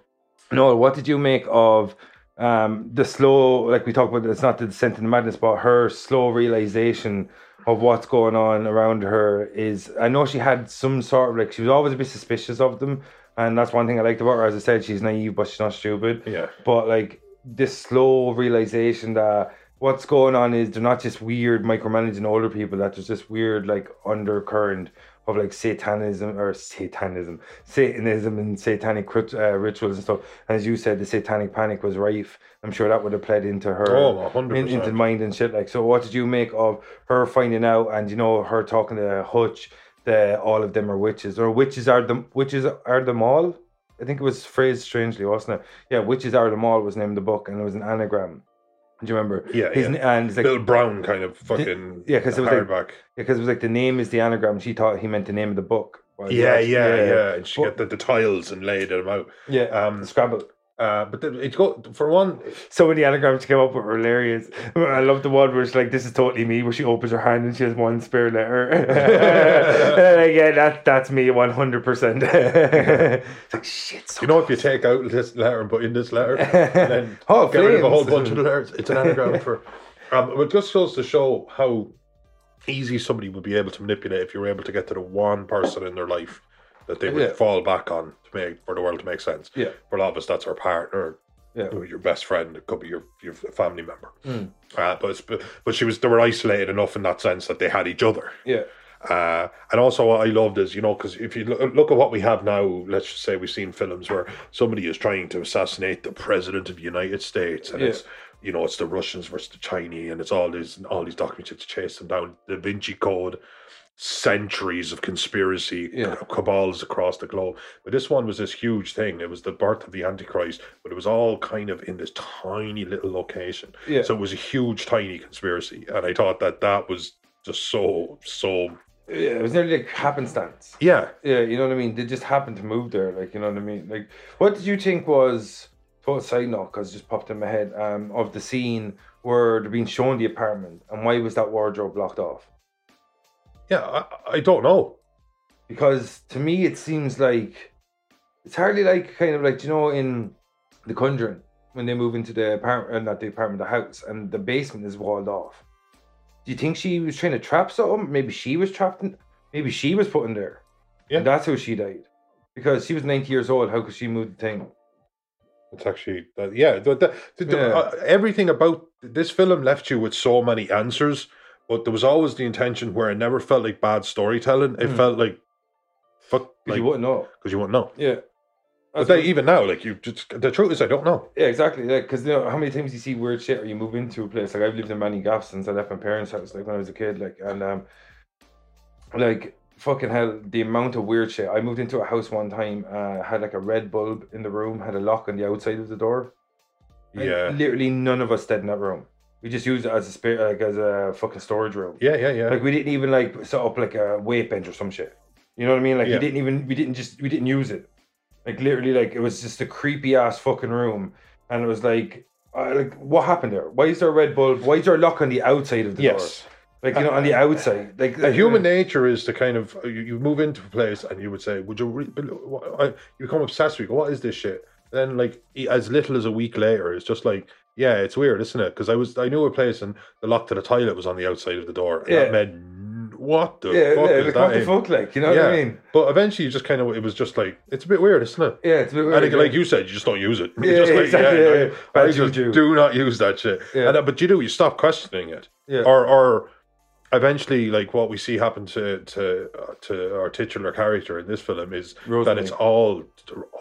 Noel, what did you make of um, the slow, like we talked about, it's not the descent into madness, but her slow realization of what's going on around her is I know she had some sort of like she was always a bit suspicious of them, and that's one thing I liked about her. As I said, she's naive but she's not stupid. Yeah. But like this slow realization that what's going on is they're not just weird micromanaging older people, that there's this weird like undercurrent of like satanism or satanism, Satanism and satanic crit- uh, rituals and stuff. As you said, the satanic panic was rife. I'm sure that would have played into her Oh, a hundred in- into percent. mind and shit. Like, so what did you make of her finding out and you know her talking to Hutch? That all of them are witches, or witches are them. Witches are them all. I think it was phrased strangely, wasn't it? Yeah, witches are them all was named the book, and it was an anagram. Do you remember? Yeah, His yeah. n- and it's like Bill Brown kind of fucking yeah, 'cause it was like- hardback. because it was like the name is the anagram. She thought he meant the name of the book. Well, yeah, yes, yeah, yeah, And she But- got the, the tiles and laid them out. yeah. Um, Scrabble. Uh, but then it go for one. So many anagrams she came up with were hilarious. I love the one where it's like, "This is totally me," where she opens her hand and she has one spare letter. yeah, that that's me, one hundred percent. It's like shit. So You know, if you take out this letter and put in this letter, and then Oh, get rid of a whole flames. bunch of the letters, it's an anagram for. Um, but it just goes to show how easy somebody would be able to manipulate if you were able to get to the one person in their life that they would Yeah. fall back on to make for the world to make sense. Yeah. For a lot of us, that's our partner, Yeah. or your best friend, it could be your your family member. Mm. Uh, but it's, but but she was they were isolated enough in that sense that they had each other. yeah, Uh, and also, what I loved is, you know, because if you look, look at what we have now, let's just say we've seen films where somebody is trying to assassinate the president of the United States, and Yeah. it's, you know, it's the Russians versus the Chinese, and it's all these all these documents to chase them down. Da Vinci Code, centuries of conspiracy Yeah. c- cabals across the globe. But this one was this huge thing. It was the birth of the Antichrist, but it was all kind of in this tiny little location. Yeah. So it was a huge, tiny conspiracy, and I thought that that was just so so yeah. It was nearly like happenstance. yeah. Yeah, you know what I mean. They just happened to move there, like you know what I mean. Like, what did you think was? Total side note, because just popped in my head um, of the scene where they're being shown the apartment, and why was that wardrobe locked off? Yeah, I, I don't know. because to me it seems like it's hardly like kind of like you know in the conjuring when they move into the apartment uh, not the apartment the house and the basement is walled off do you think she was trying to trap something maybe she was trapped in maybe she was put in there Yeah. and that's how she died because she was 90 years old how could she move the thing It's actually, uh, yeah, the, the, the- the- Yeah. uh, everything about this film left you with so many answers, but there was always the intention where it never felt like bad storytelling. It Hmm. felt like, fuck, because because you wouldn't know you wouldn't know. yeah But they, even now, like, you just, the truth is, I don't know. Yeah, exactly. Like, because you know how many times you see weird shit, or you move into a place. Like I've lived in many gaps since I left my parents' house, like when I was a kid. Like and um, like fucking hell, the amount of weird shit. I moved into a house one time, uh, had like a red bulb in the room, had a lock on the outside of the door. and Yeah. literally none of us stayed in that room. We just used it as a spare, like as a fucking storage room. Yeah, yeah, yeah. Like we didn't even like set up like a weight bench or some shit. You know what I mean? Like Yeah. we didn't even we didn't just we didn't use it. Like literally, like it was just a creepy ass fucking room, and it was like, uh, like what happened there? Why is there a red bulb? Why is there a lock on the outside of the yes. door? Like you know, on the outside, like Uh, human nature is to kind of you, you move into a place and you would say, "Would you?" Re- bel- wha- I, you become obsessed with. it. What is this shit? Then, like e- as little as a week later, it's just like, yeah, it's weird, isn't it? Because I was, I knew a place and the lock to the toilet was on the outside of the door. And Yeah. That meant n- what the Yeah, fuck yeah, is like that? what the in? fuck, like you know what I mean? But eventually, you just kind of it was just like it's a bit weird, isn't it? Yeah, it's a bit I weird. think, like you said, you just don't use it. You're Yeah, just like, exactly, yeah, yeah, no, yeah. Bad I just juju. do not use that shit. Yeah. And, uh, but you do. You stop questioning it. Yeah. Or or eventually, like what we see happen to to uh, to our titular character in this film is that Rosemary. it's all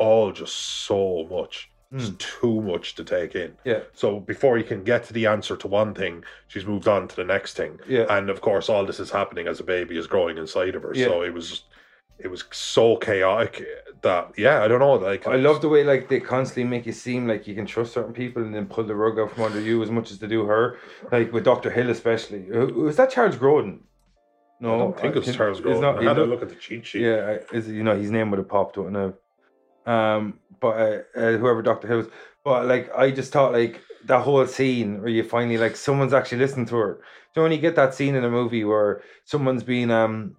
all just so much. It's too much to take in. Hmm. Yeah. So before you can get to the answer to one thing, she's moved on to the next thing. Yeah. And of course, all this is happening as a baby is growing inside of her. Yeah. So it was it was so chaotic that yeah, I don't know. Like I love the way like they constantly make you seem like you can trust certain people and then pull the rug out from under you as much as they do her. Like with Doctor Hill especially. Who- Was that Charles Grodin? No, I don't think it's can- Charles it's Grodin. not- I you had a know- look at the cheat sheet. Yeah, I- is you know his name would have popped up now. Um, but uh, uh, whoever Doctor Hill was, but like I just thought like that whole scene where you finally like someone's actually listening to her. So when you get that scene in a movie where someone's being um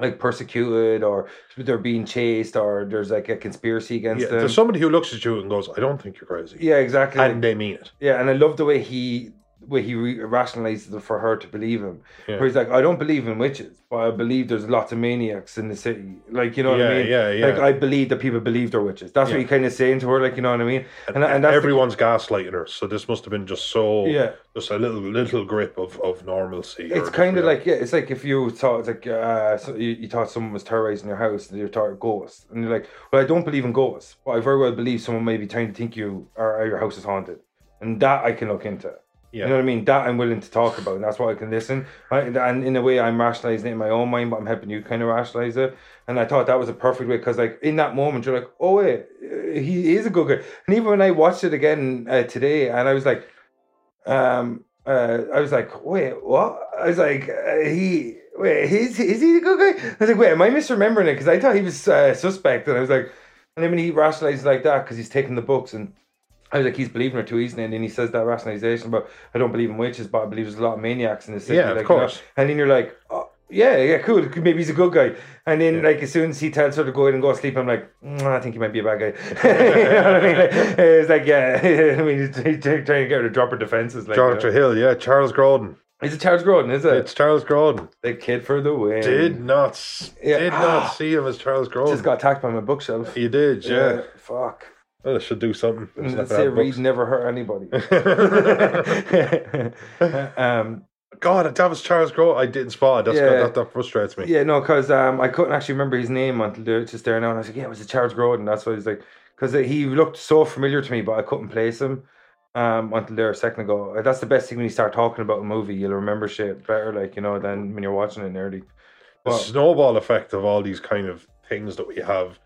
like persecuted or they're being chased or there's like a conspiracy against Yeah, them. there's somebody who looks at you and goes, "I don't think you're crazy," yeah, exactly. and they mean it. Yeah, and I love the way he where he re- rationalizes it for her to believe him. Yeah. Where he's like, I don't believe in witches, but I believe there's lots of maniacs in the city. Like, you know what Yeah, I mean? yeah, yeah. Like, I believe that people believe they're witches. That's Yeah. what he kind of saying to her, like, you know what I mean? And, and that's the- everyone's gaslighting her, so this must have been just so Yeah. just a little little grip of of normalcy. It's kind of like yeah, it's like if you thought it's like uh, so you, you thought someone was terrorizing your house and you thought a ghost, and you're like, well, I don't believe in ghosts, but I very well believe someone may be trying to think you or, or your house is haunted, and that I can look into. Yeah. You know what I mean? That I'm willing to talk about, and that's why I can listen. I, and in a way, I'm rationalizing it in my own mind, but I'm helping you kind of rationalize it. And I thought that was a perfect way because, like, in that moment, you're like, "Oh wait, uh, he is a good guy." And even when I watched it again uh, today, and I was like, um, uh, I was like, wait, what? I was like, uh, he, wait, is, is he the good guy? I was like, wait, am I misremembering it? Because I thought he was uh, suspect. And I was like, and then when he rationalizes like that, because he's taking the books and I was like, he's believing her too easily. And then he says that rationalization, but I don't believe in witches, but I believe there's a lot of maniacs in the city. Yeah, like, of you know? course. And then you're like, oh, yeah, yeah, cool. Maybe he's a good guy. And then, like, as soon as he tells her to go in and go to sleep, I'm like, "Mm, I think he might be a bad guy. you know what I mean? Like, it's like, yeah, I mean, he's trying to get her to drop her defenses. Like, uh, you know? Doctor Hill, yeah, Charles Grodin. Is it Charles Grodin? Is it It's Charles Grodin. the kid for the win? Did not s Um, Yeah. did Ah. not see him as Charles Grodin. just got attacked by my bookshelf. you did, yeah. fuck. Well, I should do something. It's not Let's bad say read books. never hurt anybody. um, God, that was Charles Grodin. I didn't spot it. That's Yeah. that, that frustrates me. yeah, no, because um, I couldn't actually remember his name until they were just there now, and I was like, yeah, it was a Charles Grodin. That's why he's like, because he looked so familiar to me, but I couldn't place him. Um, until there a second ago, Uh, that's the best thing when you start talking about a movie, you'll remember shit better, like you know, than when you're watching it early. the Well- snowball effect of all these kind of things that we have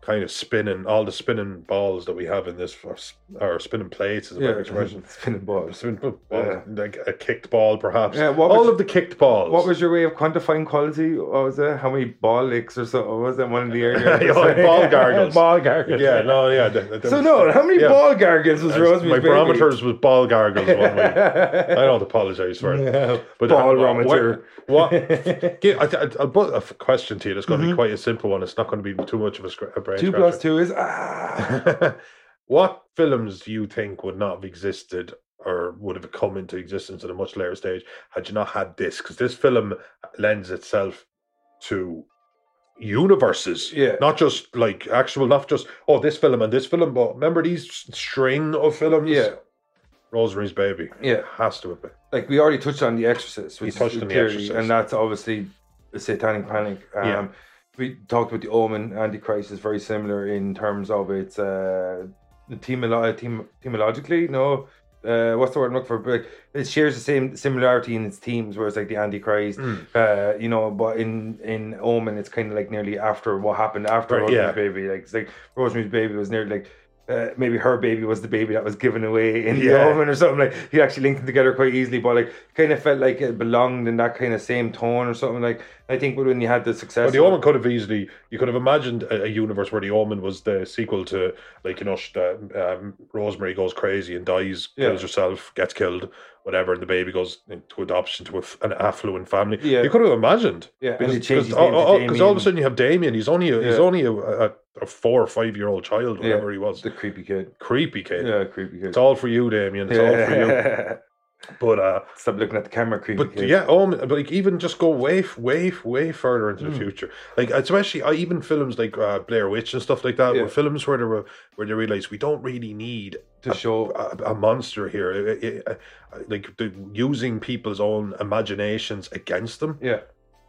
kind of spinning all the spinning balls that we have in this or s- or spinning plates is a better expression spinning balls. Spin- ball, Yeah. like a kicked ball perhaps Yeah, what all was- of the kicked balls What was your way of quantifying quality? What was it? How many ball licks or so? What was that one of the earlier? Yeah, episodes? ball gargles. ball gargles. yeah no yeah that- that So was- no, how many yeah. ball gargles was I- Rosemary's my Baby? barometers was ball gargles one week I don't apologise for it But ball uh, what- barometer. What? yeah, I, th- I'll put a f- question to you. That's going to be quite a simple one. It's not going to be too much of a, scr- a brain Mm-hmm. Two scratcher. plus two is ah. what films do you think would not have existed or would have come into existence at a much later stage had you not had this? Because this film lends itself to universes, Yeah. not just like actual, not just oh this film and this film, but remember these s- string of films, Yeah. Rosemary's Baby, Yeah. has to have been. like we already touched on the Exorcist, which touched is on The clearly, Exorcist. and that's obviously the Satanic Panic. Um, Yeah. We talked about the Omen, Antichrist is very similar in terms of its uh, the themolo- them- themologically. No, uh, what's the word I'm looking for? But it shares the same similarity in its themes, whereas like the Antichrist, Mm. uh, you know, but in in Omen, it's kind of like nearly after what happened after Right, Rosemary's yeah. Baby. Like it's like Rosemary's Baby was nearly like. Uh, maybe her baby was the baby that was given away in the Yeah. oven or something like he actually linked them together quite easily but like kind of felt like it belonged in that kind of same tone or something like i think when you had the success But the Omen could have easily, you could have imagined a, a universe where the Omen was the sequel to, like, you know, sh- uh, um, Rosemary goes crazy and dies, Yeah. kills herself, gets killed, whatever, and the baby goes into adoption to a f an affluent family. Yeah. You could have imagined. Yeah, and they Because changed because his all, name to all- 'cause all of Damien. a sudden you have Damien. He's only a, he's Yeah. only a, a, a four or five year old child, Yeah. whatever he was. the creepy kid Creepy kid. yeah creepy kid It's all for you, Damien. It's all for you. But uh, stop looking at the camera creepy but kid yeah, Omen, but like even just go way, f- way, f- way further into the Hmm. future. Like especially uh, even films like uh, Blair Witch and stuff like that, Yeah. were films where they were where they realize we don't really need to show uh, a, a monster here. It- it- it- like the, using people's own imaginations against them yeah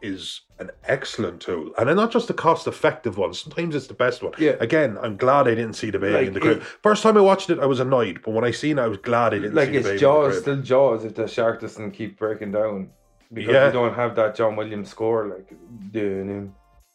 is an excellent tool, and then not just the cost-effective one. Sometimes it's the best one. Yeah. Again, I'm glad I didn't see the baby Like, in the crib. it- First time I watched it, I was annoyed, but when I seen it, I was glad I didn't like see the baby. it's in the jaws crib. still jaws if the shark doesn't keep breaking down because Yeah. you don't have that john williams score like doing him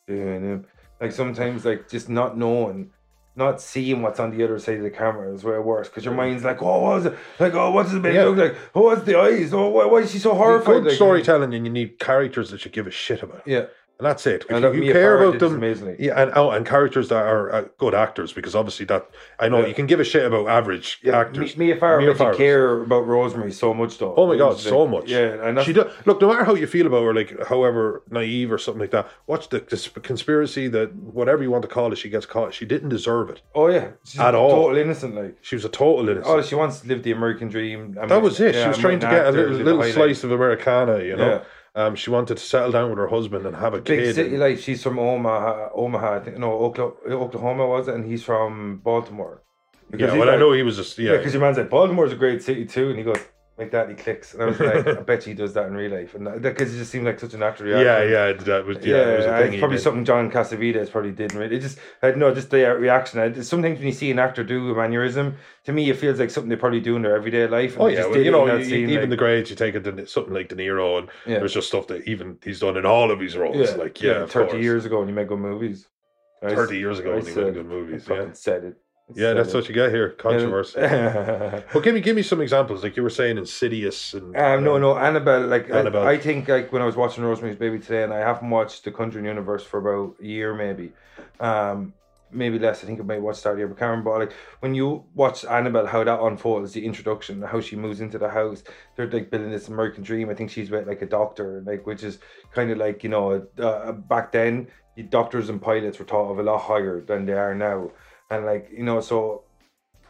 doing him like sometimes like just not knowing not seeing what's on the other side of the camera is where it works because your mind's like oh what is it like oh what's the baby Yeah. look like oh what's the eyes oh why, why is she so horrified Good like, storytelling, and you need characters that you give a shit about. yeah And that's it. If And look, you, you Mia care Farrow about did this them, amazingly. yeah, and oh, and characters that are uh, good actors because obviously that I know Yeah. you can give a shit about average actors. Mia Farrow makes you Farrow's- care about Rosemary so much, though. Oh my god, It's so like- much. Yeah, and that's, she do, look. No matter how you feel about her, like however naive or something like that, watch the cons- conspiracy that whatever you want to call it, she gets caught. She didn't deserve it. oh yeah, she's At all. total innocent. Like, She was a total innocent. oh, she wants to live the American dream. that was it. she was trying to get a little, little slice of Americana. You know, um, she wanted to settle down with her husband and have a Big kid. city, and- like she's from Omaha, Omaha, I think, no, Oklahoma, Oklahoma was it, and he's from Baltimore. Because yeah, he's well, I like- know he was just Yeah, yeah. because your man's like Baltimore's a great city too, and he goes like that. He clicks, and I was like, I bet you he does that in real life, and because it just seemed like such a natural reaction. yeah, yeah, that was yeah, it was a and thing it's he probably did. something John Cassavetes probably did. in real- It just, I don't know, just the reaction. I, sometimes when you see an actor do a mannerism, to me, it feels like something they probably do in their everyday life. and Oh they yeah, just well, did you it know, in that e- scene, even like- the greats you take it to something like De Niro, and Yeah. there's just stuff that even he's done in all of his roles. like yeah, of thirty course. years ago when you make good movies. I s- thirty years ago, I when he made said- good movies. I Yeah, fucking said it. yeah, that's what you get here. Controversy. Well, give me give me some examples, like you were saying, Insidious and Um, no, no, Annabelle. Like I- Annabelle. I, think, like when I was watching Rosemary's Baby today, and I haven't watched the Conjuring universe for about a year, maybe, um, maybe less. I think I might watch that year, but can't remember. But, Like when you watch Annabelle, how that unfolds, the introduction, how she moves into the house, they're like building this American dream. I think she's with like a doctor, like which is kind of like you know, uh, back then the doctors and pilots were thought of a lot higher than they are now, and like you know, so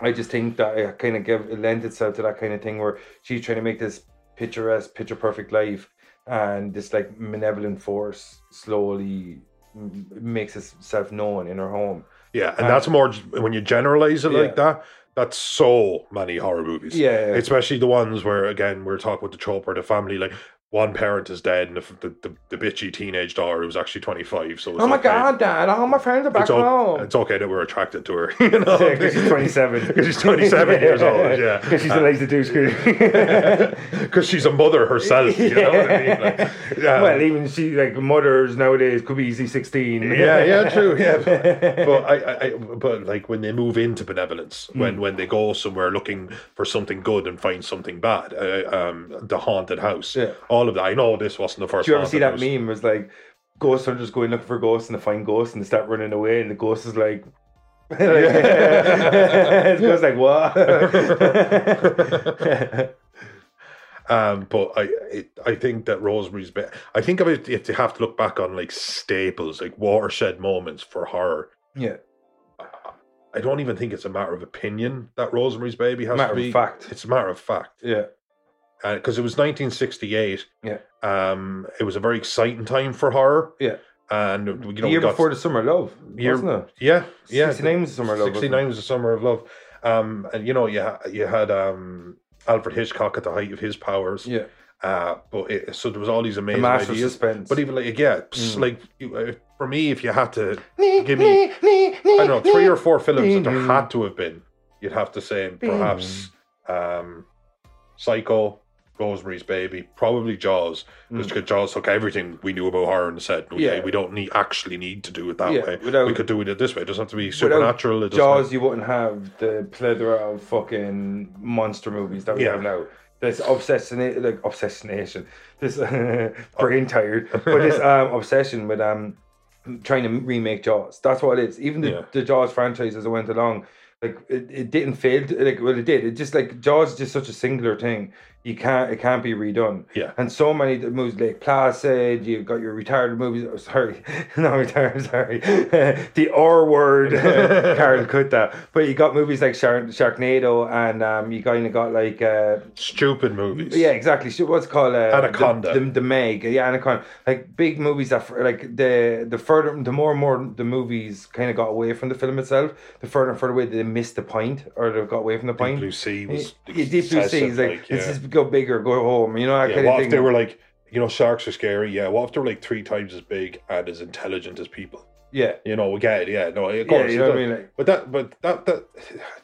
I just think that it kind of give it lent itself to that kind of thing where she's trying to make this picturesque, picture perfect life, and this like malevolent force slowly m- makes itself known in her home. yeah, and that's more j- when you generalize it Uh, like Yeah. that. That's so many horror movies. Yeah, yeah. especially the ones where again we're talking about the trope where the family like. One parent is dead, and the, f- the, the, the bitchy teenage daughter who was actually twenty five. So it's Oh my okay. god, Dad! All my friends are back it's, o- home. it's okay that we're attracted to her. You know? Yeah, 'cause she's 27. Because she's 27 years old, yeah. Uh, Because she's a lazy douche. girl. Because she's a mother herself. You know what I mean? Like, yeah. well, even she like mothers nowadays could be easy sixteen. yeah, yeah, true. Yeah, but, but I, I, I, but like when they move into benevolence, Hmm. when when they go somewhere looking for something good and find something bad, uh, um, the haunted house, Yeah. all of that. I know this wasn't the first. Do you ever see haunted that house. meme? Was like ghosts are just going looking for ghosts and they find ghosts and they start running away and the ghost is like, it's ghost like what? Um, but I, it, I think that Rosemary's Baby. I think if I- if you have to look back on like staples, like watershed moments for horror. yeah, I don't even think it's a matter of opinion that Rosemary's Baby has Matter to of be. fact. It's a matter of fact. yeah, because it was 1968. Yeah. Um, it was a very exciting time for horror. yeah. And you know, The we year got- before the summer love, year- wasn't yeah, it? yeah, sixty nine was the summer love. wasn't it? 69 was the summer of love. Um, and you know, you ha- you had um Alfred Hitchcock at the height of his powers. Yeah, Uh, but it, so there was all these the Mm. amazing master of ideas. suspense. But even like yeah, s- like you- uh, for me, if you had to give me, I I don't know, three or four films that there had to have been, you'd have to say perhaps um, Psycho, Rosemary's Baby, probably Jaws, because Jaws took everything we knew about horror and said, okay, Mm. Yeah. we don't need actually need to do it that Yeah, way. without- we could do it this way. It doesn't have to be supernatural. It doesn't Jaws, you wouldn't have the plethora of fucking monster movies that we Yeah. have now. This obsession, like obsessionation, this brain tired, but this um, obsession with um trying to remake Jaws. That's what it is. Even the, Yeah. the Jaws franchise as it went along, like it, it didn't fail. To, like well, it did. It just like Jaws is just such a singular thing. You can't. It can't be redone. Yeah. And so many th- movies like Placid. You've got your retired movies. Oh, sorry, not retired. Sorry, the R word. Carol cut that. But you got movies like Shark, Sharknado, and um, you kind of got like. Uh, stupid movies. yeah, exactly. Sh- What's it called uh, Anaconda. the, the, the Meg, yeah, Anaconda. Like big movies that, f- like the the further, the more and more the movies kind of got away from the film itself. The further and further away they missed the point, or they got away from the point. Blue Sea was yeah, Deep Blue Sea excessive, is like, yeah. let's just go bigger, go home. You know that Yeah, kind what of if thing. they were like, you know, sharks are scary. Yeah, what if they're like three times as big and as intelligent as people? yeah, You know, we get it. Yeah, no, of Yeah, course. you know it what I does. mean, like- but that, but that, that,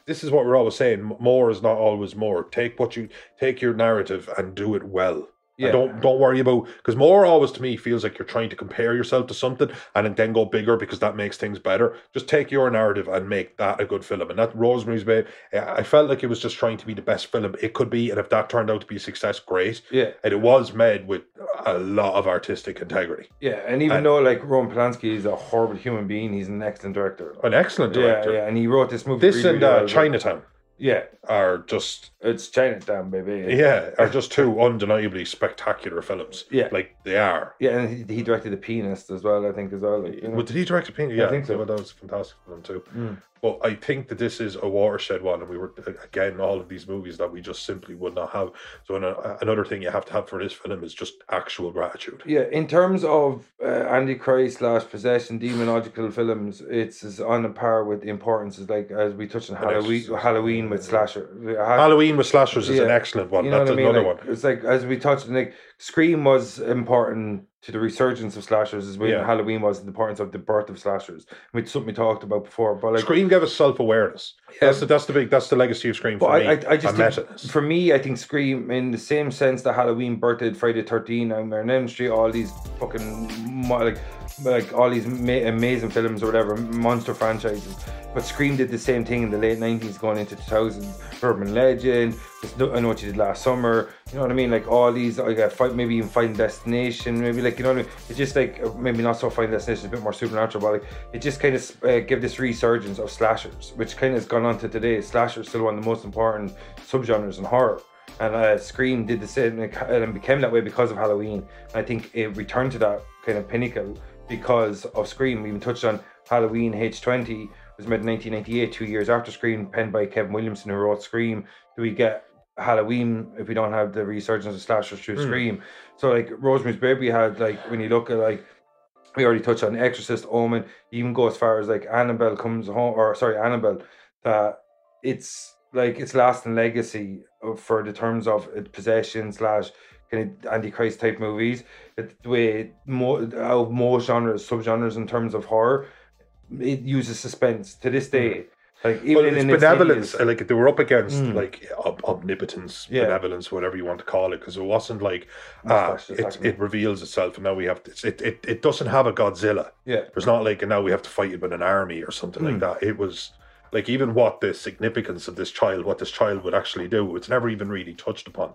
this is what we're always saying. m- More is not always more. Take what you take your narrative and do it well. And Yeah. don't don't worry about because more always to me feels like you're trying to compare yourself to something and then go bigger because that makes things better. Just take your narrative and make that a good film. And that Rosemary's Baby, I I felt like it was just trying to be the best film it could be. And if that turned out to be a success, great. Yeah. And it was made with a lot of artistic integrity. Yeah, and even though like Roman Polanski is a horrible human being, he's an excellent director. An excellent director. Yeah, yeah, and he wrote this movie. This really, and really uh, well. Chinatown Yeah, are just it's Chinatown, baby. yeah are just two undeniably spectacular films. Yeah. like they are. yeah, and he, he directed The Pianist as well, I think, as well. Like, you know. Well, did he direct a painting? Yeah, think so. Mm. well, that was a fantastic film too. But I think that this is a watershed one, and we were again all of these movies that we just simply would not have. So an- another thing you have to have for this film is just actual gratitude. Yeah, in terms of uh, Antichrist slash possession demonological films, it's as on a par with the importance is like as we touched on Halloween, Exorcist. Halloween with slasher. Ha- Halloween with slashers is an Yeah. excellent one. you know That's what I mean? another Like, one. It's like as we touched on, like Scream was important to the resurgence of slashers, as well. Yeah. Halloween was the importance of the birth of slashers, which is something we talked about before. But like, Scream gave us self awareness. That's the that's the big that's the legacy of Scream But for I, me. I, I just and think, meta-ness. for me, I think Scream in the same sense that Halloween birthed Friday Thirteen, and Nightmare on Elm Street, all these fucking mo- like like all these ma- amazing films or whatever monster franchises. But Scream did the same thing in the late nineties, going into two thousands. Urban Legend, Just Know- I know what you did last summer. You know what I mean? Like all these, like uh, fight, maybe even Final Destination, maybe like you know what I mean? It's just like uh, maybe not so Final Destination, a bit more supernatural, but like it just kind of uh, give this resurgence of slashers, which kind of has gone on to today. Slashers still one of the most important subgenres in horror. And uh, Scream did the same and it ca- and became that way because of Halloween. And I think it returned to that kind of pinnacle because of Scream. We even touched on Halloween H20 was made in 1998, two years after Scream, penned by Kevin Williamson, who wrote Scream. Do we get Halloween if we don't have the resurgence of slashers through Scream? So like Rosemary's Baby had like when you look at like we already touched on Exorcist, Omen, you even go as far as like Annabelle comes home, or sorry, Annabelle, that it's like it's lasting legacy of- for the terms of it- possession slash kind of antichrist type movies. It, the way more of most genres, subgenres in terms of horror, it uses suspense to this day. Like even Mm-hmm. Well, in it's its benevolence. hideous- Like they were up against Mm. like ob- omnipotence, Yeah. benevolence, whatever you want to call it, because it wasn't like ah, Mustache it, attack. it reveals itself, and now we have to, it's- it, it. It doesn't have a Godzilla. yeah, There's not like, and now we have to fight it with an army or something Hmm. like that. It was like even what the significance of this child, what this child would actually do, it's never even really touched upon.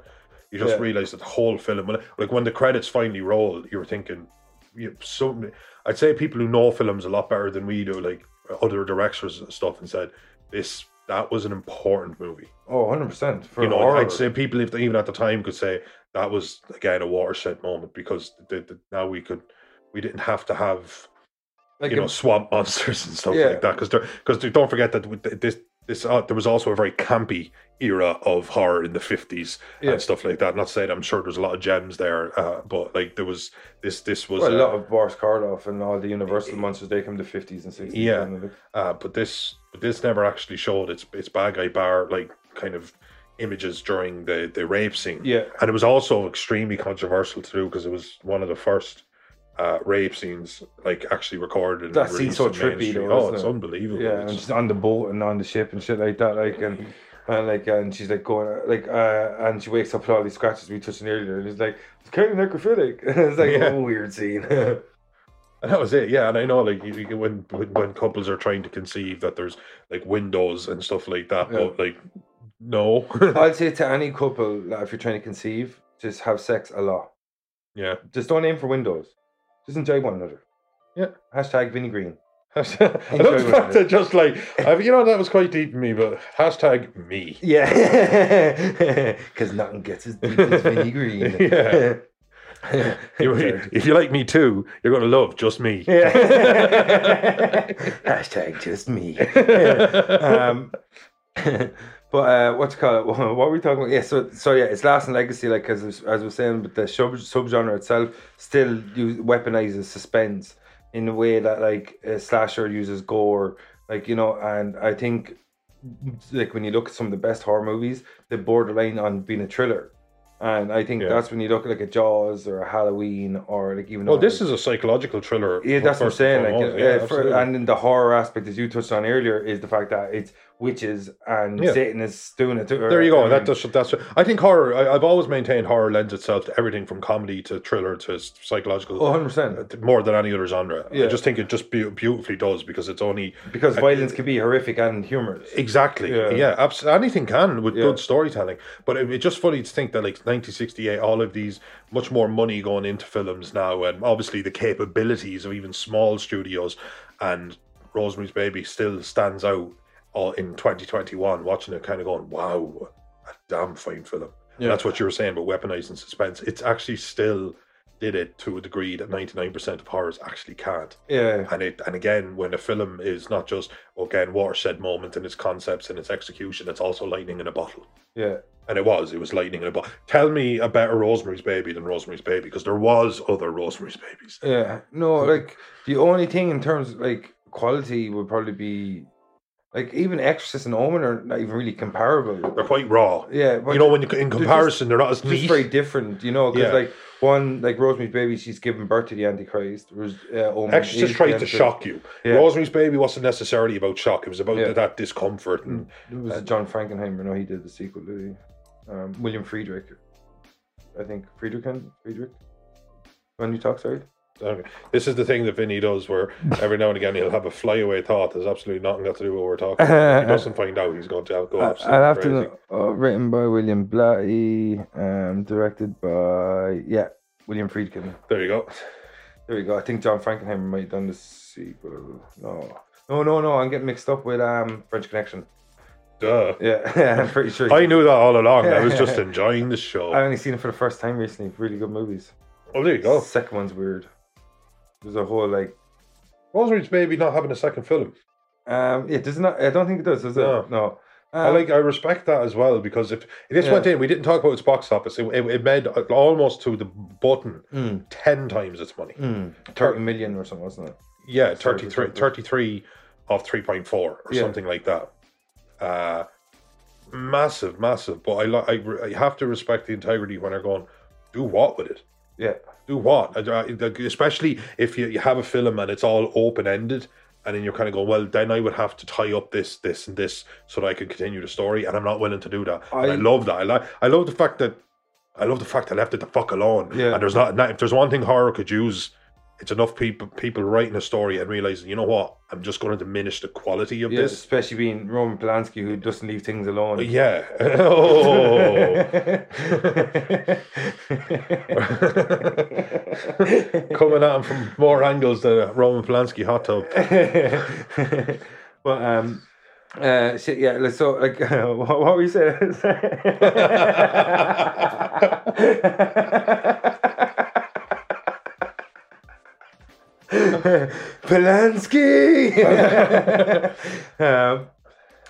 You just Yeah. realize that the whole film, when- like when the credits finally roll, you're thinking, you so I'd say people who know films a lot better than we do, like other directors and stuff, and said this that was an important movie. oh, 100 percent for you know, horror. I'd say people if they, even at the time could say that was again a watershed moment because the, the, now we could we didn't have to have like you know it- swamp monsters and stuff Yeah. like that because because don't forget that with th- this this uh, there was also a very campy era of horror in the 50s Yeah. and stuff like that not saying i'm sure there's a lot of gems there uh, but like there was this this was well, a uh, lot of Boris Karloff and all the Universal monsters they come to 50s and 60s. Yeah. and it- uh, but this but this never actually showed its its bad guy bar like kind of images during the the rape scene yeah, and it was also extremely controversial to do because it was one of the first uh, rape scenes like actually recorded and That scene's released so in trippy mainstream. though, oh isn't it's it? unbelievable Yeah, and It's- she's on the boat and on the ship and shit like that. Like and and like and she's like going like uh and she wakes up with all these scratches we touched on earlier and it's like it's kind of necrophilic. it's like Yeah. a weird scene. And that was it, yeah. And I know, like, you, you, when when when couples are trying to conceive that there's like windows and stuff like that, Yeah. but like, no, I'd say to any couple like, if you're trying to conceive, just have sex a lot. yeah. Just don't aim for windows. Just enjoy one another. Yeah. Hashtag Vinnie Green. I love the fact that just like, I, you know, that was quite deep in me, but hashtag me. Yeah. Because nothing gets as deep as Vinnie Green. Yeah. You- if you like me too, you're gonna love just me. Yeah. Hashtag just me. um, but uh, what's it called? What were we talking about? Yeah, so so yeah, it's lasting legacy. Like as as we we're saying, but the sub subgenre itself still use, weaponizes suspense in a way that like a slasher uses gore. Like you know, and I think like when you look at some of the best horror movies, they borderline on being a thriller. And I think Yeah. that's when you look at like a Jaws or a Halloween or like even Well, though, this like- is a psychological thriller. yeah, that's what I'm first saying. and Like, foremost. uh, for, absolutely. and then the horror aspect, as you touched on earlier, is the fact that it's witches and Yeah. Satan is doing it to her. There you go. I that mean, does that's. I think horror. I, I've always maintained horror lends itself to everything from comedy to thriller to s- psychological. Oh, 100%. uh, More than any other genre. Yeah. I just think it just beau- beautifully does because it's only Because I- violence can be horrific and humorous. Exactly. Yeah. Yeah. abs- anything can with Yeah. good storytelling. But it, it's just funny to think that, like 1968, all of these much more money going into films now, and obviously the capabilities of even small studios, and Rosemary's Baby still stands out all in 2021. Watching it, kind of going, "Wow, a damn fine film." Yeah. Yeah. That's what you were saying about weaponizing suspense. It's actually still did it to a degree that 99% of horrors actually can't. Yeah. And it and again, when a film is not just again watershed moment in its concepts and its execution, it's also lightning in a bottle. Yeah. And it was, it was lightning in a bottle. Tell me a better Rosemary's Baby than Rosemary's Baby, because there was other Rosemary's Babies. Yeah. No, like the only thing in terms of like quality would probably be like even Exorcist and Omen are not even really comparable. They're quite raw. Yeah, but you know, when you, in comparison, they're not as It's just neat. very different, you know, because Yeah. like one, like Rosemary's Baby, she's giving birth to the Antichrist. Whereas, uh, Omen Exorcist is just the tried to Antichrist. shock you. Yeah. Rosemary's Baby wasn't necessarily about shock; it was about Yeah. that discomfort and It was Uh, John Frankenheimer. No, he did the sequel, did he? Um, William Friedrich, I think Friedrich. Friedrich. When you talk, sorry. Okay. This is the thing that Vinny does where every now and again he'll have a flyaway thought that's absolutely nothing got to do with what we're talking about. If he doesn't find out, he's going to have go I- off. I'll have Oh, crazy. to. Uh, written by William Blatty, um, directed by yeah William Friedkin. There you go. There we go. I think John Frankenheimer might have done the sequel. No, no, no, no. I'm getting mixed up with um French Connection. Duh. Yeah, I'm pretty sure. he I did. knew that all along. I was just enjoying the I've show. only seen it for the first time recently. Really good movies. Oh, there you go. Second one's weird. There's a whole like. Rosemary's Baby not having a second film. Um, yeah, does it not. I don't think it does. Does it? No. No. I Um, like. I respect that as well because if this Yeah. went in, we didn't talk about its box office. It, it, it made almost to the button Mm. ten times its money. mm, thirty million or something, wasn't it? Yeah, Sorry to 33, interrupt you. 33 off 3.4 or Yeah. something like that. Uh, massive, massive. But I, lo- I, re- I have to respect the integrity when they're going, do what with it? Yeah. Do what? I- I- like, Especially if you, you have a film and it's all open ended. And then you're kind of going, well, then I would have to tie up this, this, and this so that I can continue the story. And I'm not willing to do that. And I, I- love that. I, li- I love the fact that I love the fact I left it the fuck alone. Yeah. And there's not, not if there's one thing horror could use, it's enough people people writing a story and realizing, you know what, I'm just going to diminish the quality of Yeah, this. especially being Roman Polanski, who doesn't leave things alone. Yeah. Oh. Coming at him from more angles than a Roman Polanski hot tub. but um, uh, shit, yeah. like, So, like, what, what were you saying? Polanski. um,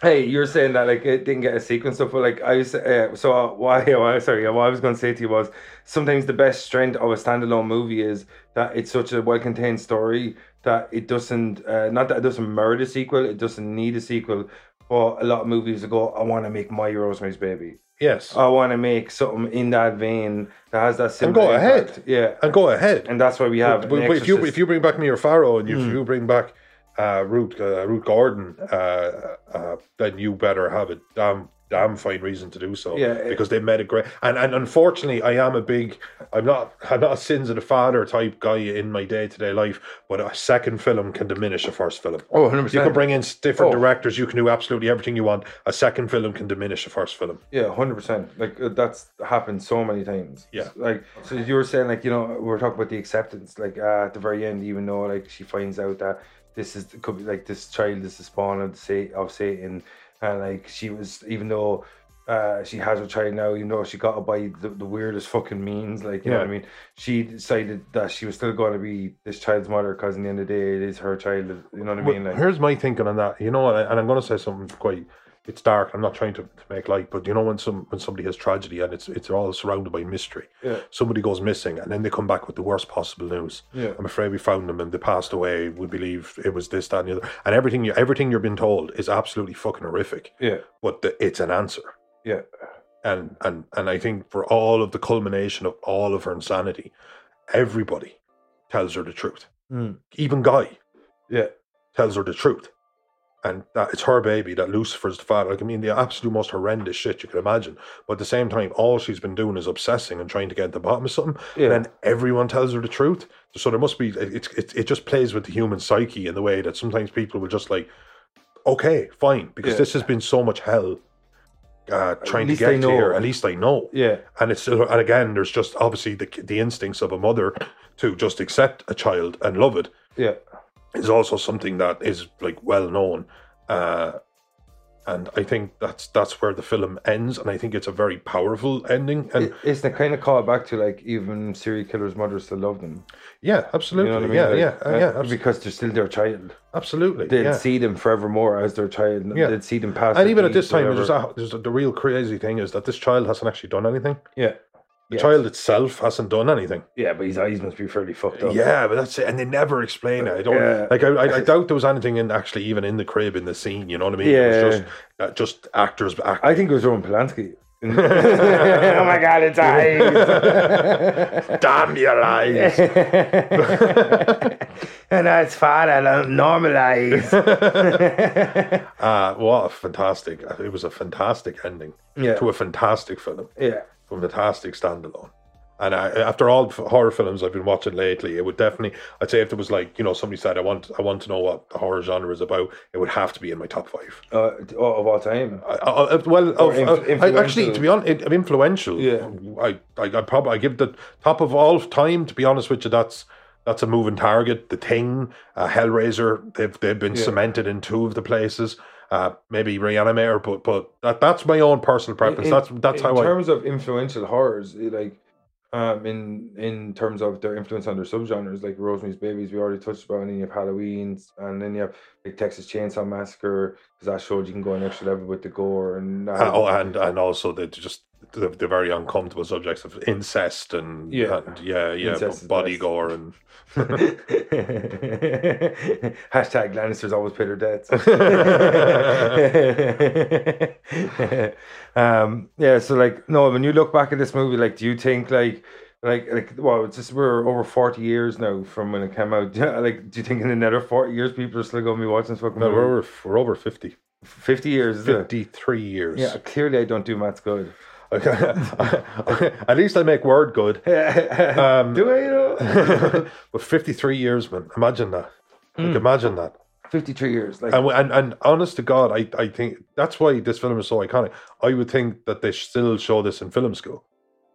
Hey, you were saying that like it didn't get a sequence stuff, but like I was uh, so uh, why why sorry what I was going to say to you was sometimes the best strength of a standalone movie is that it's such a well contained story that it doesn't uh, not that it doesn't merit a sequel, it doesn't need a sequel. But a lot of movies will go, I want to make my Rosemary's Baby. Yes. I want to make something in that vein that has that And similar. go ahead. impact." yeah, and go ahead. and that's why we have. But- an but if you Exorcist. if you bring back Mia Farrow and you, Hmm. if you bring back uh, Root uh, Root Gordon, uh, uh, then you better have a damn damn fine reason to do so. Yeah, it- because they made a great. And, and unfortunately, I am a big. I'm not. I'm not a sins of the father type guy in my day to day life. But a second film can diminish a first film. oh, 100%. You can bring in different Oh. directors. You can do absolutely everything you want. A second film can diminish a first film. Yeah, hundred percent. Like uh, that's happened so many times. Yeah. Like so, you were saying like you know we were talking about the acceptance. Like uh, at the very end, even though like she finds out that this is could be like this child is the spawn of the Sa- of Satan, and like she was even though. Uh, she has a child now, even though she got it by the, the weirdest fucking means. Like, you know Yeah. what I mean? She decided that she was still going to be this child's mother because, in the end of the day, it is her child. You know what I Well, mean? Like, here's my thinking on that. You know, and, I, and I'm going to say something quite. It's dark. I'm not trying to, to make light, but you know when some when somebody has tragedy and it's it's all surrounded by mystery. Yeah. Somebody goes missing and then they come back with the worst possible news. Yeah. I'm afraid we found them and they passed away. We believe it was this, that, and the other. And everything you everything you're being told is absolutely fucking horrific. yeah, But the, it's an answer. yeah, And and and I think for all of the culmination of all of her insanity, everybody tells her the truth. Mm. Even Guy yeah. tells her the truth. and that it's her baby that Lucifer's the father. Like I mean, the absolute most horrendous shit you could imagine. But at the same time, all she's been doing is obsessing and trying to get at the bottom of something. Yeah. And then everyone tells her the truth. So there must be it, it. It just plays with the human psyche in the way that sometimes people will just like, okay, fine, because Yeah. this has been so much hell. Uh, trying to least they get to know. here, at least I know. Yeah. and it's uh, and again, there's just obviously the the instincts of a mother to just accept a child and love it Yeah. is also something that is like well known, uh, and I think that's that's where the film ends, and I think it's a very powerful ending. And It, it's the kind of call back to like even serial killers' mothers still love them. yeah, You absolutely, know what I mean? yeah, Like, yeah, uh, uh, yeah, abso- because they're still their child. absolutely. They'd yeah. see them forevermore as their child. and Yeah. They'd see them pass. and their even at this genes or time, there's, whatever. a, there's a, the real crazy thing is that this child hasn't actually done anything. yeah, The Yes. child itself hasn't done anything. yeah, but his eyes must be fairly fucked up. Yeah, but that's it, and they never explain it. I don't Yeah. like. I, I, I doubt there was anything in actually even in the crib in the scene. You know what I mean? it was Yeah. just uh, just actors uh, acting. I think it was Roman Polanski. oh my god, it's eyes! Damn your eyes! and that's fine. I don't normalize. Uh, what a fantastic! uh, It was a fantastic ending Yeah. to a fantastic film, yeah, a fantastic standalone. And I, after all the horror films I've been watching lately, it would definitely. I'd say if there was like you know somebody said I want I want to know what the horror genre is about, it would have to be in my top five. uh, of all time. I, I, I- Uh, well, Or of, inf- of- I- actually, influential. to be honest, it, influential. Yeah. I, I, I probably I give the top of all time. To be honest with you, that's that's a moving target. The Thing, uh, Hellraiser, they've they've been Yeah. cemented in two of the places. Uh, maybe Reanimator, but but that, that's my own personal preference. In- that's that's in how I. terms of influential horrors, it, like um, in in terms of their influence on their subgenres, like Rosemary's Babies, we already touched about, and then you have Halloween's, and then you have like Texas Chainsaw Massacre, because that showed you can go an extra level with the gore and that- And, oh, and and also the just the, the very uncomfortable subjects of incest and Yeah. and yeah yeah Incest is body best. gore and Hashtag Lannisters always pay their debts. um, yeah, so like, no, when you look back at this movie, like, do you think like, like, like, well, it's just we're over forty years now from when it came out. like, do you think in another forty years people are still going to be watching this fucking no, movie? we're over we're over fifty. fifty years. Is it? 53 years. Yeah, clearly I don't do maths good. At least I make word good. Um, Do I? You know? but 53 years, man. Imagine that. Like, imagine that. Fifty-three years. Like, And, w- and and honest to God, I, I think that's why this film is so iconic. I would think that they still show this in film school.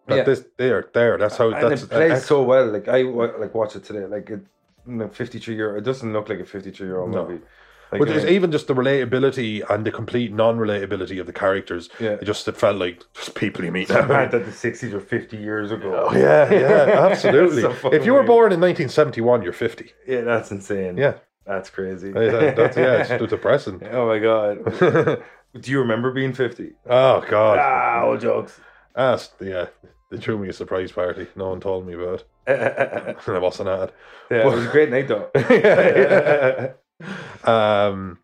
That Yeah. this there, there. That's how. and that's it plays so well. Like I wa- like watch it today. Like it, fifty-three year. It doesn't look like a fifty-three year old No. movie. Like, But I there's mean, even just the relatability and the complete non-relatability of the characters. Yeah. It just it felt like just people you meet. it's mad that the sixties were fifty years ago. Oh, yeah, yeah, absolutely. So if fucking you were weird. born in 1971, you're 50. yeah, that's insane. Yeah, that's crazy. That- that's, yeah, it's depressing. oh my god. Do you remember being fifty? Oh God! Ah, all jokes. That's yeah. They threw me a surprise party. No one told me about. yeah, it. I wasn't at. it. it was a great night though. Um,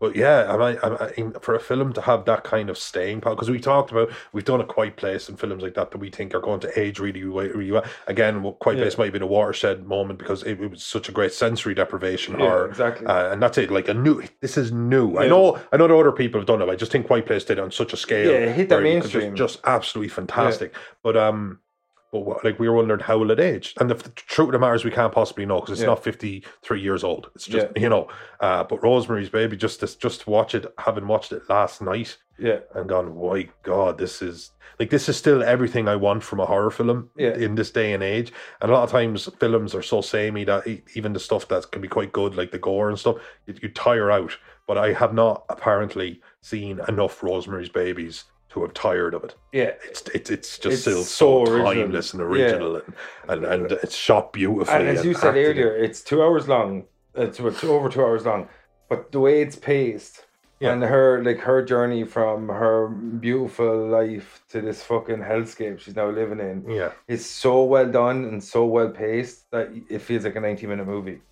but yeah, I might, I might, for a film to have that kind of staying power, because we talked about we've done a quiet place and films like that that we think are going to age really, wa- really well. Again, what quiet place might have been a watershed moment because it, it was such a great sensory deprivation. Yeah, or exactly. uh, and that's it. Like a new, this is new. I know, I know that other people have done it. But I just think quiet place did it on such a scale. Yeah, it hit that where you could mainstream. Just, just absolutely fantastic. But um. But what, like we were wondering how will it age, and the, the truth of the matter is we can't possibly know because it's Yeah. not fifty three years old. It's just Yeah. you know. Uh, but Rosemary's Baby, just this, just to watch it, having watched it last night yeah, and gone, my God, this is like this is still everything I want from a horror film Yeah. in this day and age. And a lot of times films are so samey that e- even the stuff that can be quite good, like the gore and stuff, you, you tire out. But I have not apparently seen enough Rosemary's Babies to have tired of it yeah. it's it's it's just It's still so, so original. timeless and Yeah. original and, and and it's shot beautifully. And as you said acted. earlier, it's two hours long. It's, it's over two hours long, but the way it's paced Yeah. and her like her journey from her beautiful life to this fucking hellscape she's now living in yeah, is so well done and so well paced that it feels like a ninety minute movie.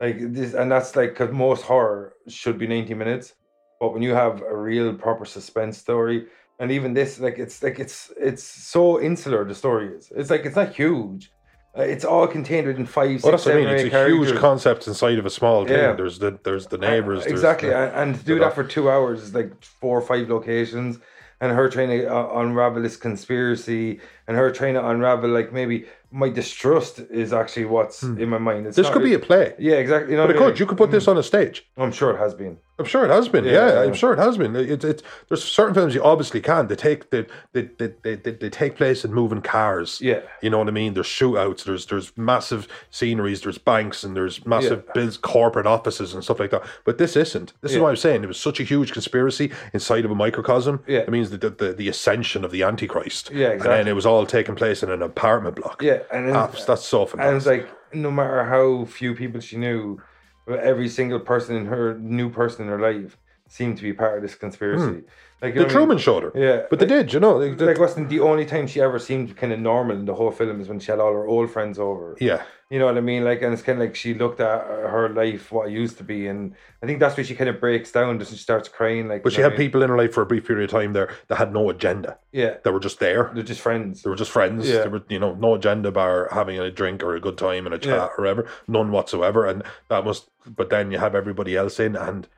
Like this, and that's like because most horror should be ninety minutes, but when you have a real proper suspense story. And even this, like it's like it's it's so insular the story is. It's like it's not huge, Uh, It's all contained within five, six, Well, that's what I seven, mean. or It's eight a huge characters. concept inside of a small town. Yeah. There's the there's the neighbors. there's exactly, the- and, and to do the that doc- for two hours is like four or five locations, and her trying to uh, unravel this conspiracy, and her trying to unravel like maybe my distrust is actually what's in my mind. It's Hmm. this not could be really- a play. yeah, Mm. exactly. You know But it what I mean? could. You could put this on a stage. I'm sure it has been. I'm sure it has been. Yeah, Yeah, yeah. I'm sure it has been. It's it's there's certain films you obviously can. They take the they, they, they, they, they take place in moving cars. Yeah. you know what I mean. There's shootouts. There's there's massive sceneries. There's banks and there's massive Yeah. biz corporate offices and stuff like that. But this isn't. This Yeah. is why I'm saying it was such a huge conspiracy inside of a microcosm. Yeah. it means the the, the, the ascension of the antichrist. Yeah, And then exactly. it was all taking place in an apartment block. Yeah, and then- Abs- Ah, that's so fantastic. And it's like no matter how few people she knew, every single person in her new person in her life seemed to be part of this conspiracy. Like you know what I Hmm. the mean? Truman Showed her. Yeah, but they like- did. You know, they- they- Like wasn't the only time she ever seemed kind of normal in the whole film is when she had all her old friends over. yeah. You know what I mean? Like, and it's kind of like she looked at her life, what it used to be, and I think that's where she kind of breaks down, doesn't she? Starts crying, like. But you she know had what I mean? people in her life for a brief period of time there that had no agenda. Yeah, They were just there. they're just friends. They were just friends. Yeah. They were, you know, no agenda bar having a drink or a good time and a chat Yeah. or whatever. None whatsoever. And that must but then you have everybody else in and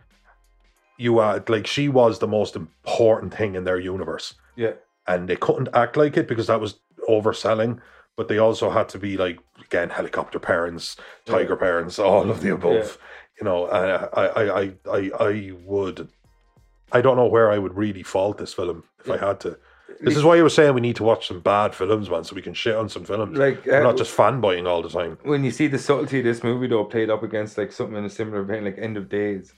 you are like she was the most important thing in their universe. Yeah, And they couldn't act like it because that was overselling. But they also had to be like again helicopter parents, tiger parents, all of the above. You know, and I, I, I, I, I would I don't know where I would really fault this film if I had to. This is why you were saying we need to watch some bad films, man, so we can shit on some films. Like, We're uh, not just fanboying all the time. when you see the subtlety of this movie though played up against like something in a similar vein, like End of Days,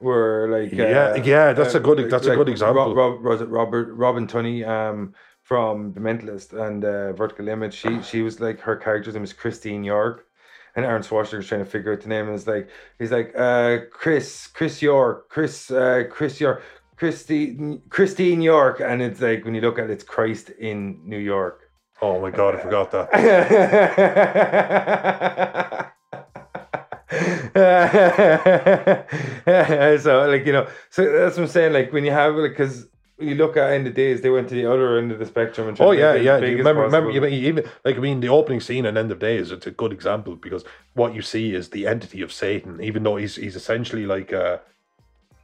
where like uh, um, Yeah, yeah, that's a good- that's a good example. Rob, Rob, was it Robert Robin Tunney um from The Mentalist and uh, Vertical Limit? She she was like her character's name is Christine York. And Aaron Swartzberg was trying to figure out the name, and it's like he's like uh, Chris, Chris York, Chris, uh, Chris York, Christine, Christine York, and it's like when you look at it, it's Christ in New York. Oh my god, uh, I forgot that. so like you know so that's what i'm saying like when you have like because you look at end of days they went to the other end of the spectrum and tried Oh to yeah, make it as yeah. big You as remember, remember, possible. you mean, even like I mean, the opening scene and end of days. It's a good example because what you see is the entity of Satan, even though he's he's essentially like, uh,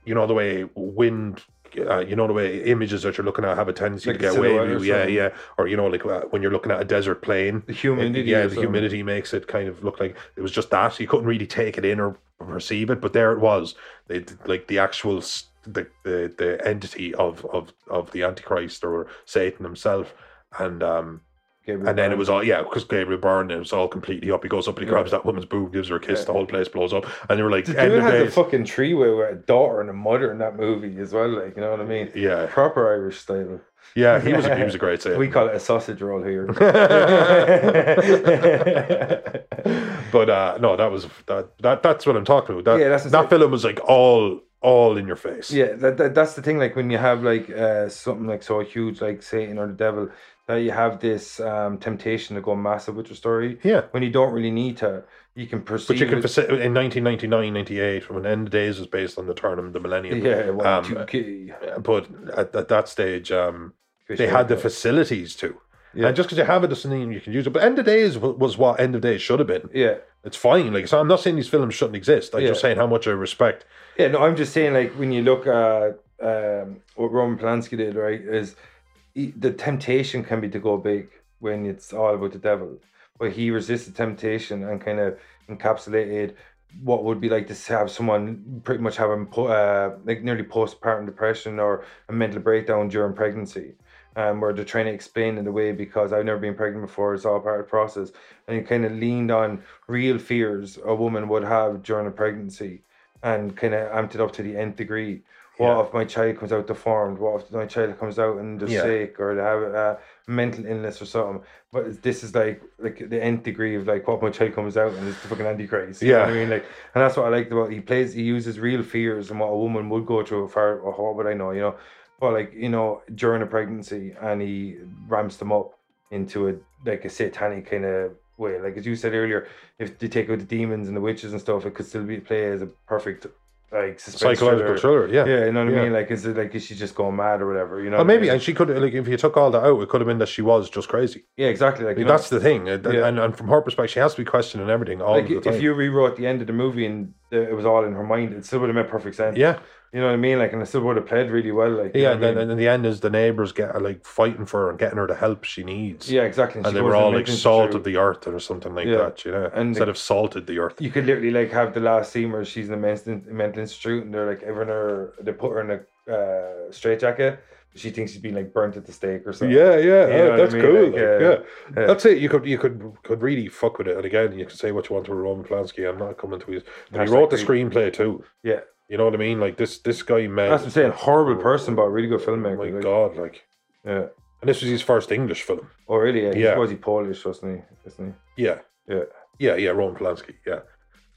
you know, the way wind. Uh, you know the way images that you're looking at have a tendency Like to get silhouette away. or with you, Yeah, something. yeah. Or you know, like uh, when you're looking at a desert plain, The humidity yeah, or the something. humidity makes it kind of look like it was just that. You couldn't really take it in or perceive it, but there it was. They like the actual s- the the, the entity of of of the Antichrist or Satan himself. And um, Gabriel and then it Byrne. was all yeah, because Gabriel Byrne it was all completely up. He goes up and he grabs that woman's boob, gives her a kiss, the whole place blows up, and they were like, the end dude of has a days. fucking tree with with a daughter and a mother in that movie as well like you know what i mean Yeah. proper irish style yeah, he was a, he was a great Satan. we call it a sausage roll here but uh, no, that was that, that that's what I'm talking about. That, Yeah, that's the that thing. film was like all all in your face. Yeah, that, that that's the thing. Like when you have like uh, something like so huge, like Satan or the devil, that you have this um, temptation to go massive with your story. Yeah. When you don't really need to, you can perceive. But you can it- faci- in 1999, 98, when End of Days was based on the turn of the millennium. Yeah, one, um, two, K. but at, at that stage, um, they had the facilities to. Yeah. And just because you have it doesn't mean you can use it. But End of Days w- was what End of Days should have been. yeah. It's fine. Like so, I'm not saying these films shouldn't exist. I'm just Yeah. saying how much I respect. Yeah, no, I'm just saying, like, when you look at um, what Roman Polanski did, right, is he, the temptation can be to go big when it's all about the devil. But he resisted temptation and kind of encapsulated what would be like to have someone pretty much having po- uh, like nearly postpartum depression or a mental breakdown during pregnancy. Um, where they're trying to explain it away because I've never been pregnant before, it's all part of the process. And it kind of leaned on real fears a woman would have during a pregnancy and kind of amped it up to the nth degree. What Yeah. if my child comes out deformed? What if my child comes out and they're Yeah. sick or they have a mental illness or something? But this is like like the nth degree of like what if my child comes out and it's the fucking antichrist. You know what I Yeah. mean, like, and that's what I liked about he plays. He uses real fears and what a woman would go through. For or what would I know? You know, but like you know during a pregnancy, and he ramps them up into a like a satanic kind of way. Like as you said earlier, if they take out the demons and the witches and stuff, it could still be play as a perfect like suspense Psychological thriller, yeah. yeah, you know what I Yeah. mean. Like, is it like is she just going mad or whatever? You know, Or what I maybe, mean? and she could like if you took all that out, it could have been that she was just crazy. yeah, exactly. Like Like, you know, that's the thing, uh, th- Yeah. and, and from her perspective, she has to be questioning everything all like the time. if you rewrote the end of the movie and uh, it was all in her mind, it still would have made perfect sense. yeah, you know what I mean. Like, and it still would have played really well. Like, you yeah, know and what I then mean? and in the end is the neighbors get uh, like fighting for her and getting her the help she needs. yeah, exactly. and she they goes were to the all like maintenance salt crew. of the earth or something like Yeah. that, you know, And instead the- of salted the earth. You could literally like have the last scene where she's in the mental, mental institute and they're like everyone her they put her in a uh, straitjacket. She thinks she's being like burnt at the stake or something. Yeah, yeah, know yeah, what I that's mean? cool. Like, like, uh, yeah. yeah. that's it. You could you could could really fuck with it. And again, you can say what you want to Roman Polanski. I'm not coming to his. But he Hashtag wrote the creep. screenplay too. Yeah. You know what I mean? Like this this guy man. That's what I'm saying. Horrible person, but really good filmmaker. Oh my like, god, like, Yeah. and this was his first English film. Oh, really? Yeah. He's Yeah. Was he Polish, wasn't he? Isn't Yeah, he? Yeah. yeah, yeah. Roman Polanski. Yeah.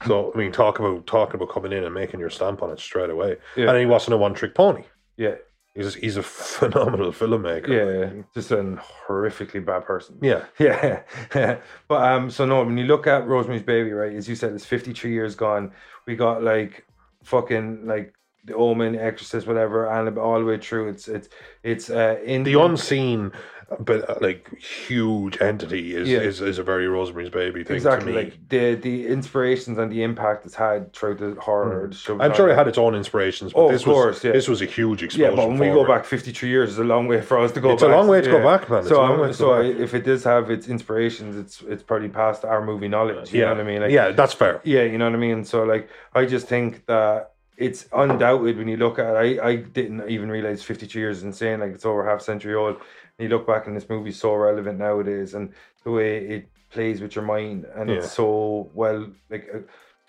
So I mean, talk about talking about coming in and making your stamp on it straight away. Yeah. And he wasn't a one trick pony. Yeah. He's he's a phenomenal filmmaker. Yeah. yeah. Just an horrifically bad person. Yeah. Yeah. but um so no, when you look at Rosemary's Baby, right, as you said, it's 53 years gone. We got like fucking like the Omen, Exorcist, whatever, and all the way through. It's it's it's uh in the unseen but uh, like huge entity is, Yeah. is is a very Rosemary's Baby thing exactly to me. like the the inspirations and the impact it's had throughout the horror. the show Hmm. I'm sure genre. it had its own inspirations, but Oh, of this was course, yeah. this was a huge Yeah, explosion. but when we go forward. back 53 years, it's a long way for us to go It's a back. long way to go Yeah. back, man. It's so a long I'm- way to go so back. if it does have its inspirations, it's it's probably past our movie knowledge. You yeah, know what I mean? Like, yeah, that's fair. Yeah, you know what I mean? So, like, I just think that it's undoubted when you look at it. I, I didn't even realize 52 years is insane. Like, it's over half century old. And you look back and this movie's so relevant nowadays and the way it plays with your mind and Yeah. it's so well, like, uh,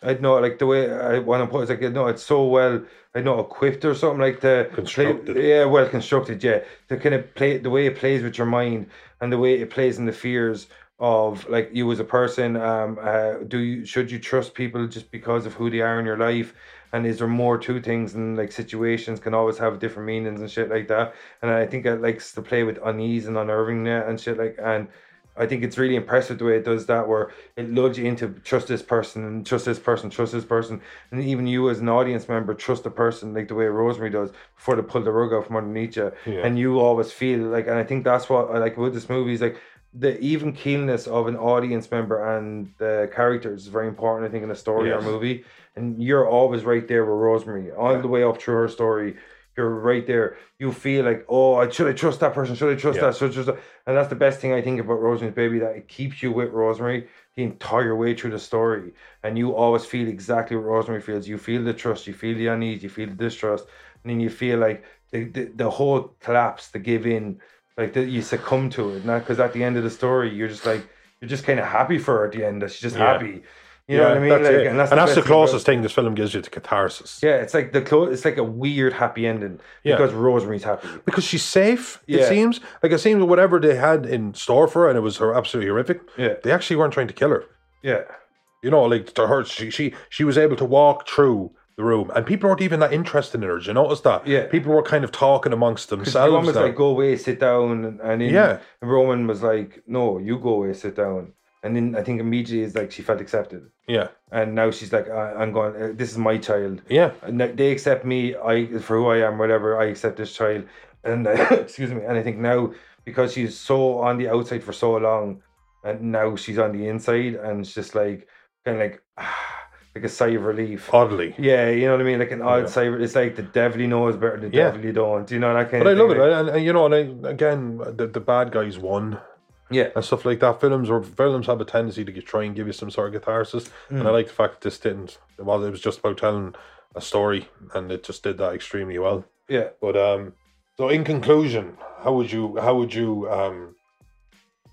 I know, like, the way I want to put it, it's like, I know, it's so well, I know, equipped or something like the Constructed. yeah, well constructed, yeah. The kind of play, the way it plays with your mind and the way it plays in the fears of like you as a person. Um, uh, do you should you trust people just because of who they are in your life? And is there more to things and like situations can always have different meanings and shit like that. And I think it likes to play with unease and unnerving that and shit like and. I think it's really impressive the way it does that, where it lulls you into trust this person and trust this person, trust this person, and even you as an audience member trust the person like the way Rosemary does before they pull the rug out from underneath you, Yeah. and you always feel like, and I think that's what I like with this movie is like the even keelness of an audience member and the characters is very important. I think in a story or Yes. movie, and you're always right there with Rosemary all the way up through her story. You're right there. You feel like, oh, I should I trust that person? Should I trust Yeah. that? Should I trust that? And that's the best thing I think about Rosemary's Baby that it keeps you with Rosemary the entire way through the story. And you always feel exactly what Rosemary feels. You feel the trust, you feel the unease, you feel the distrust. And then you feel like the, the, the whole collapse, the give in, like that you succumb to it. Not because at the end of the story, you're just like, you're just kind of happy for her at the end. That she's just Yeah. happy. You know what I mean? That's Like, it. And that's, best the thing about- closest thing this film gives you to catharsis. Yeah, it's like the clo- it's like a weird happy ending Yeah. because Rosemary's happy. Because she's safe, it Yeah. seems. Like it seems whatever they had in store for her, and it was her absolutely horrific. Yeah. They actually weren't trying to kill her. Yeah. You know, like to her, she she she was able to walk through the room, and people weren't even that interested in her. Did you notice that? Yeah. people were kind of talking amongst Your mum themselves. was now. like, go away, sit down. And, and then Yeah. Roman was like, no, you go away, sit down. And then I think immediately it's like she felt accepted. yeah, And now she's like, I, I'm going, uh, this is my child. yeah, And that they accept me I for who I am, whatever. I accept this child. And excuse me. And I think now, because she's so on the outside for so long, and now she's on the inside, and it's just like, kind of like, ah, like a sigh of relief. oddly. Yeah, you know what I mean? Like an odd Yeah. sigh. It's like the devil you know is better than the Yeah. devil you don't. You know that kind But I of love thing, it, like- and, and you know, and I, again, the, the bad guys won Yeah. and stuff like that. Films or films have a tendency to get, try and give you some sort of catharsis, Mm. and I like the fact that this didn't. It was it was just about telling a story, and it just did that extremely well. Yeah. But um, so in conclusion, how would you how would you um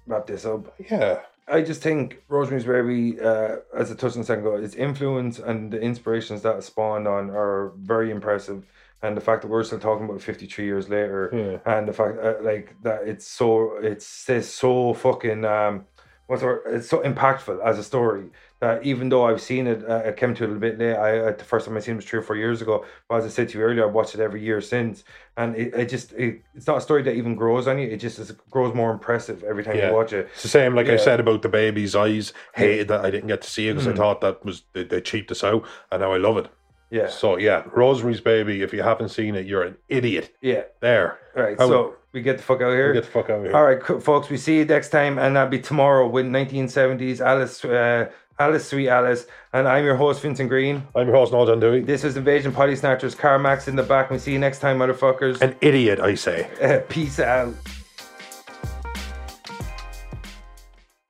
Wrap this up. yeah I just think Rosemary's Baby, uh, as a touch on a second ago, its influence and the inspirations that it spawned on are very impressive. And the fact that we're still talking about it 53 years later, yeah and the fact uh, like that it's so it says so fucking um what's the word? it's so impactful as a story that even though I've seen it uh, it came to it a little bit late I uh, the first time I seen it was three or four years ago but as I said to you earlier I've watched it every year since and it, it just it, it's not a story that even grows on you it just is, grows more impressive every time Yeah. you watch it It's the same, like I Yeah. Hmm. said about the baby's eyes. Hated that I didn't get to see it because I thought that was they, they cheaped us out, and now I love it. Yeah. So yeah, Rosemary's Baby. If you haven't seen it, you're an idiot. Yeah. There. All right. I would- so we get the fuck out of here. get the fuck out of here. All right, co- folks. We see you next time, and that'll be tomorrow with 1970s Alice, uh, Alice, Sweet Alice, and I'm your host Vincent Green. I'm your host, Noel Dundee. This was Invasion Potty Snatchers. Carmax in the back. We see you next time, motherfuckers. An idiot, I say. Peace out.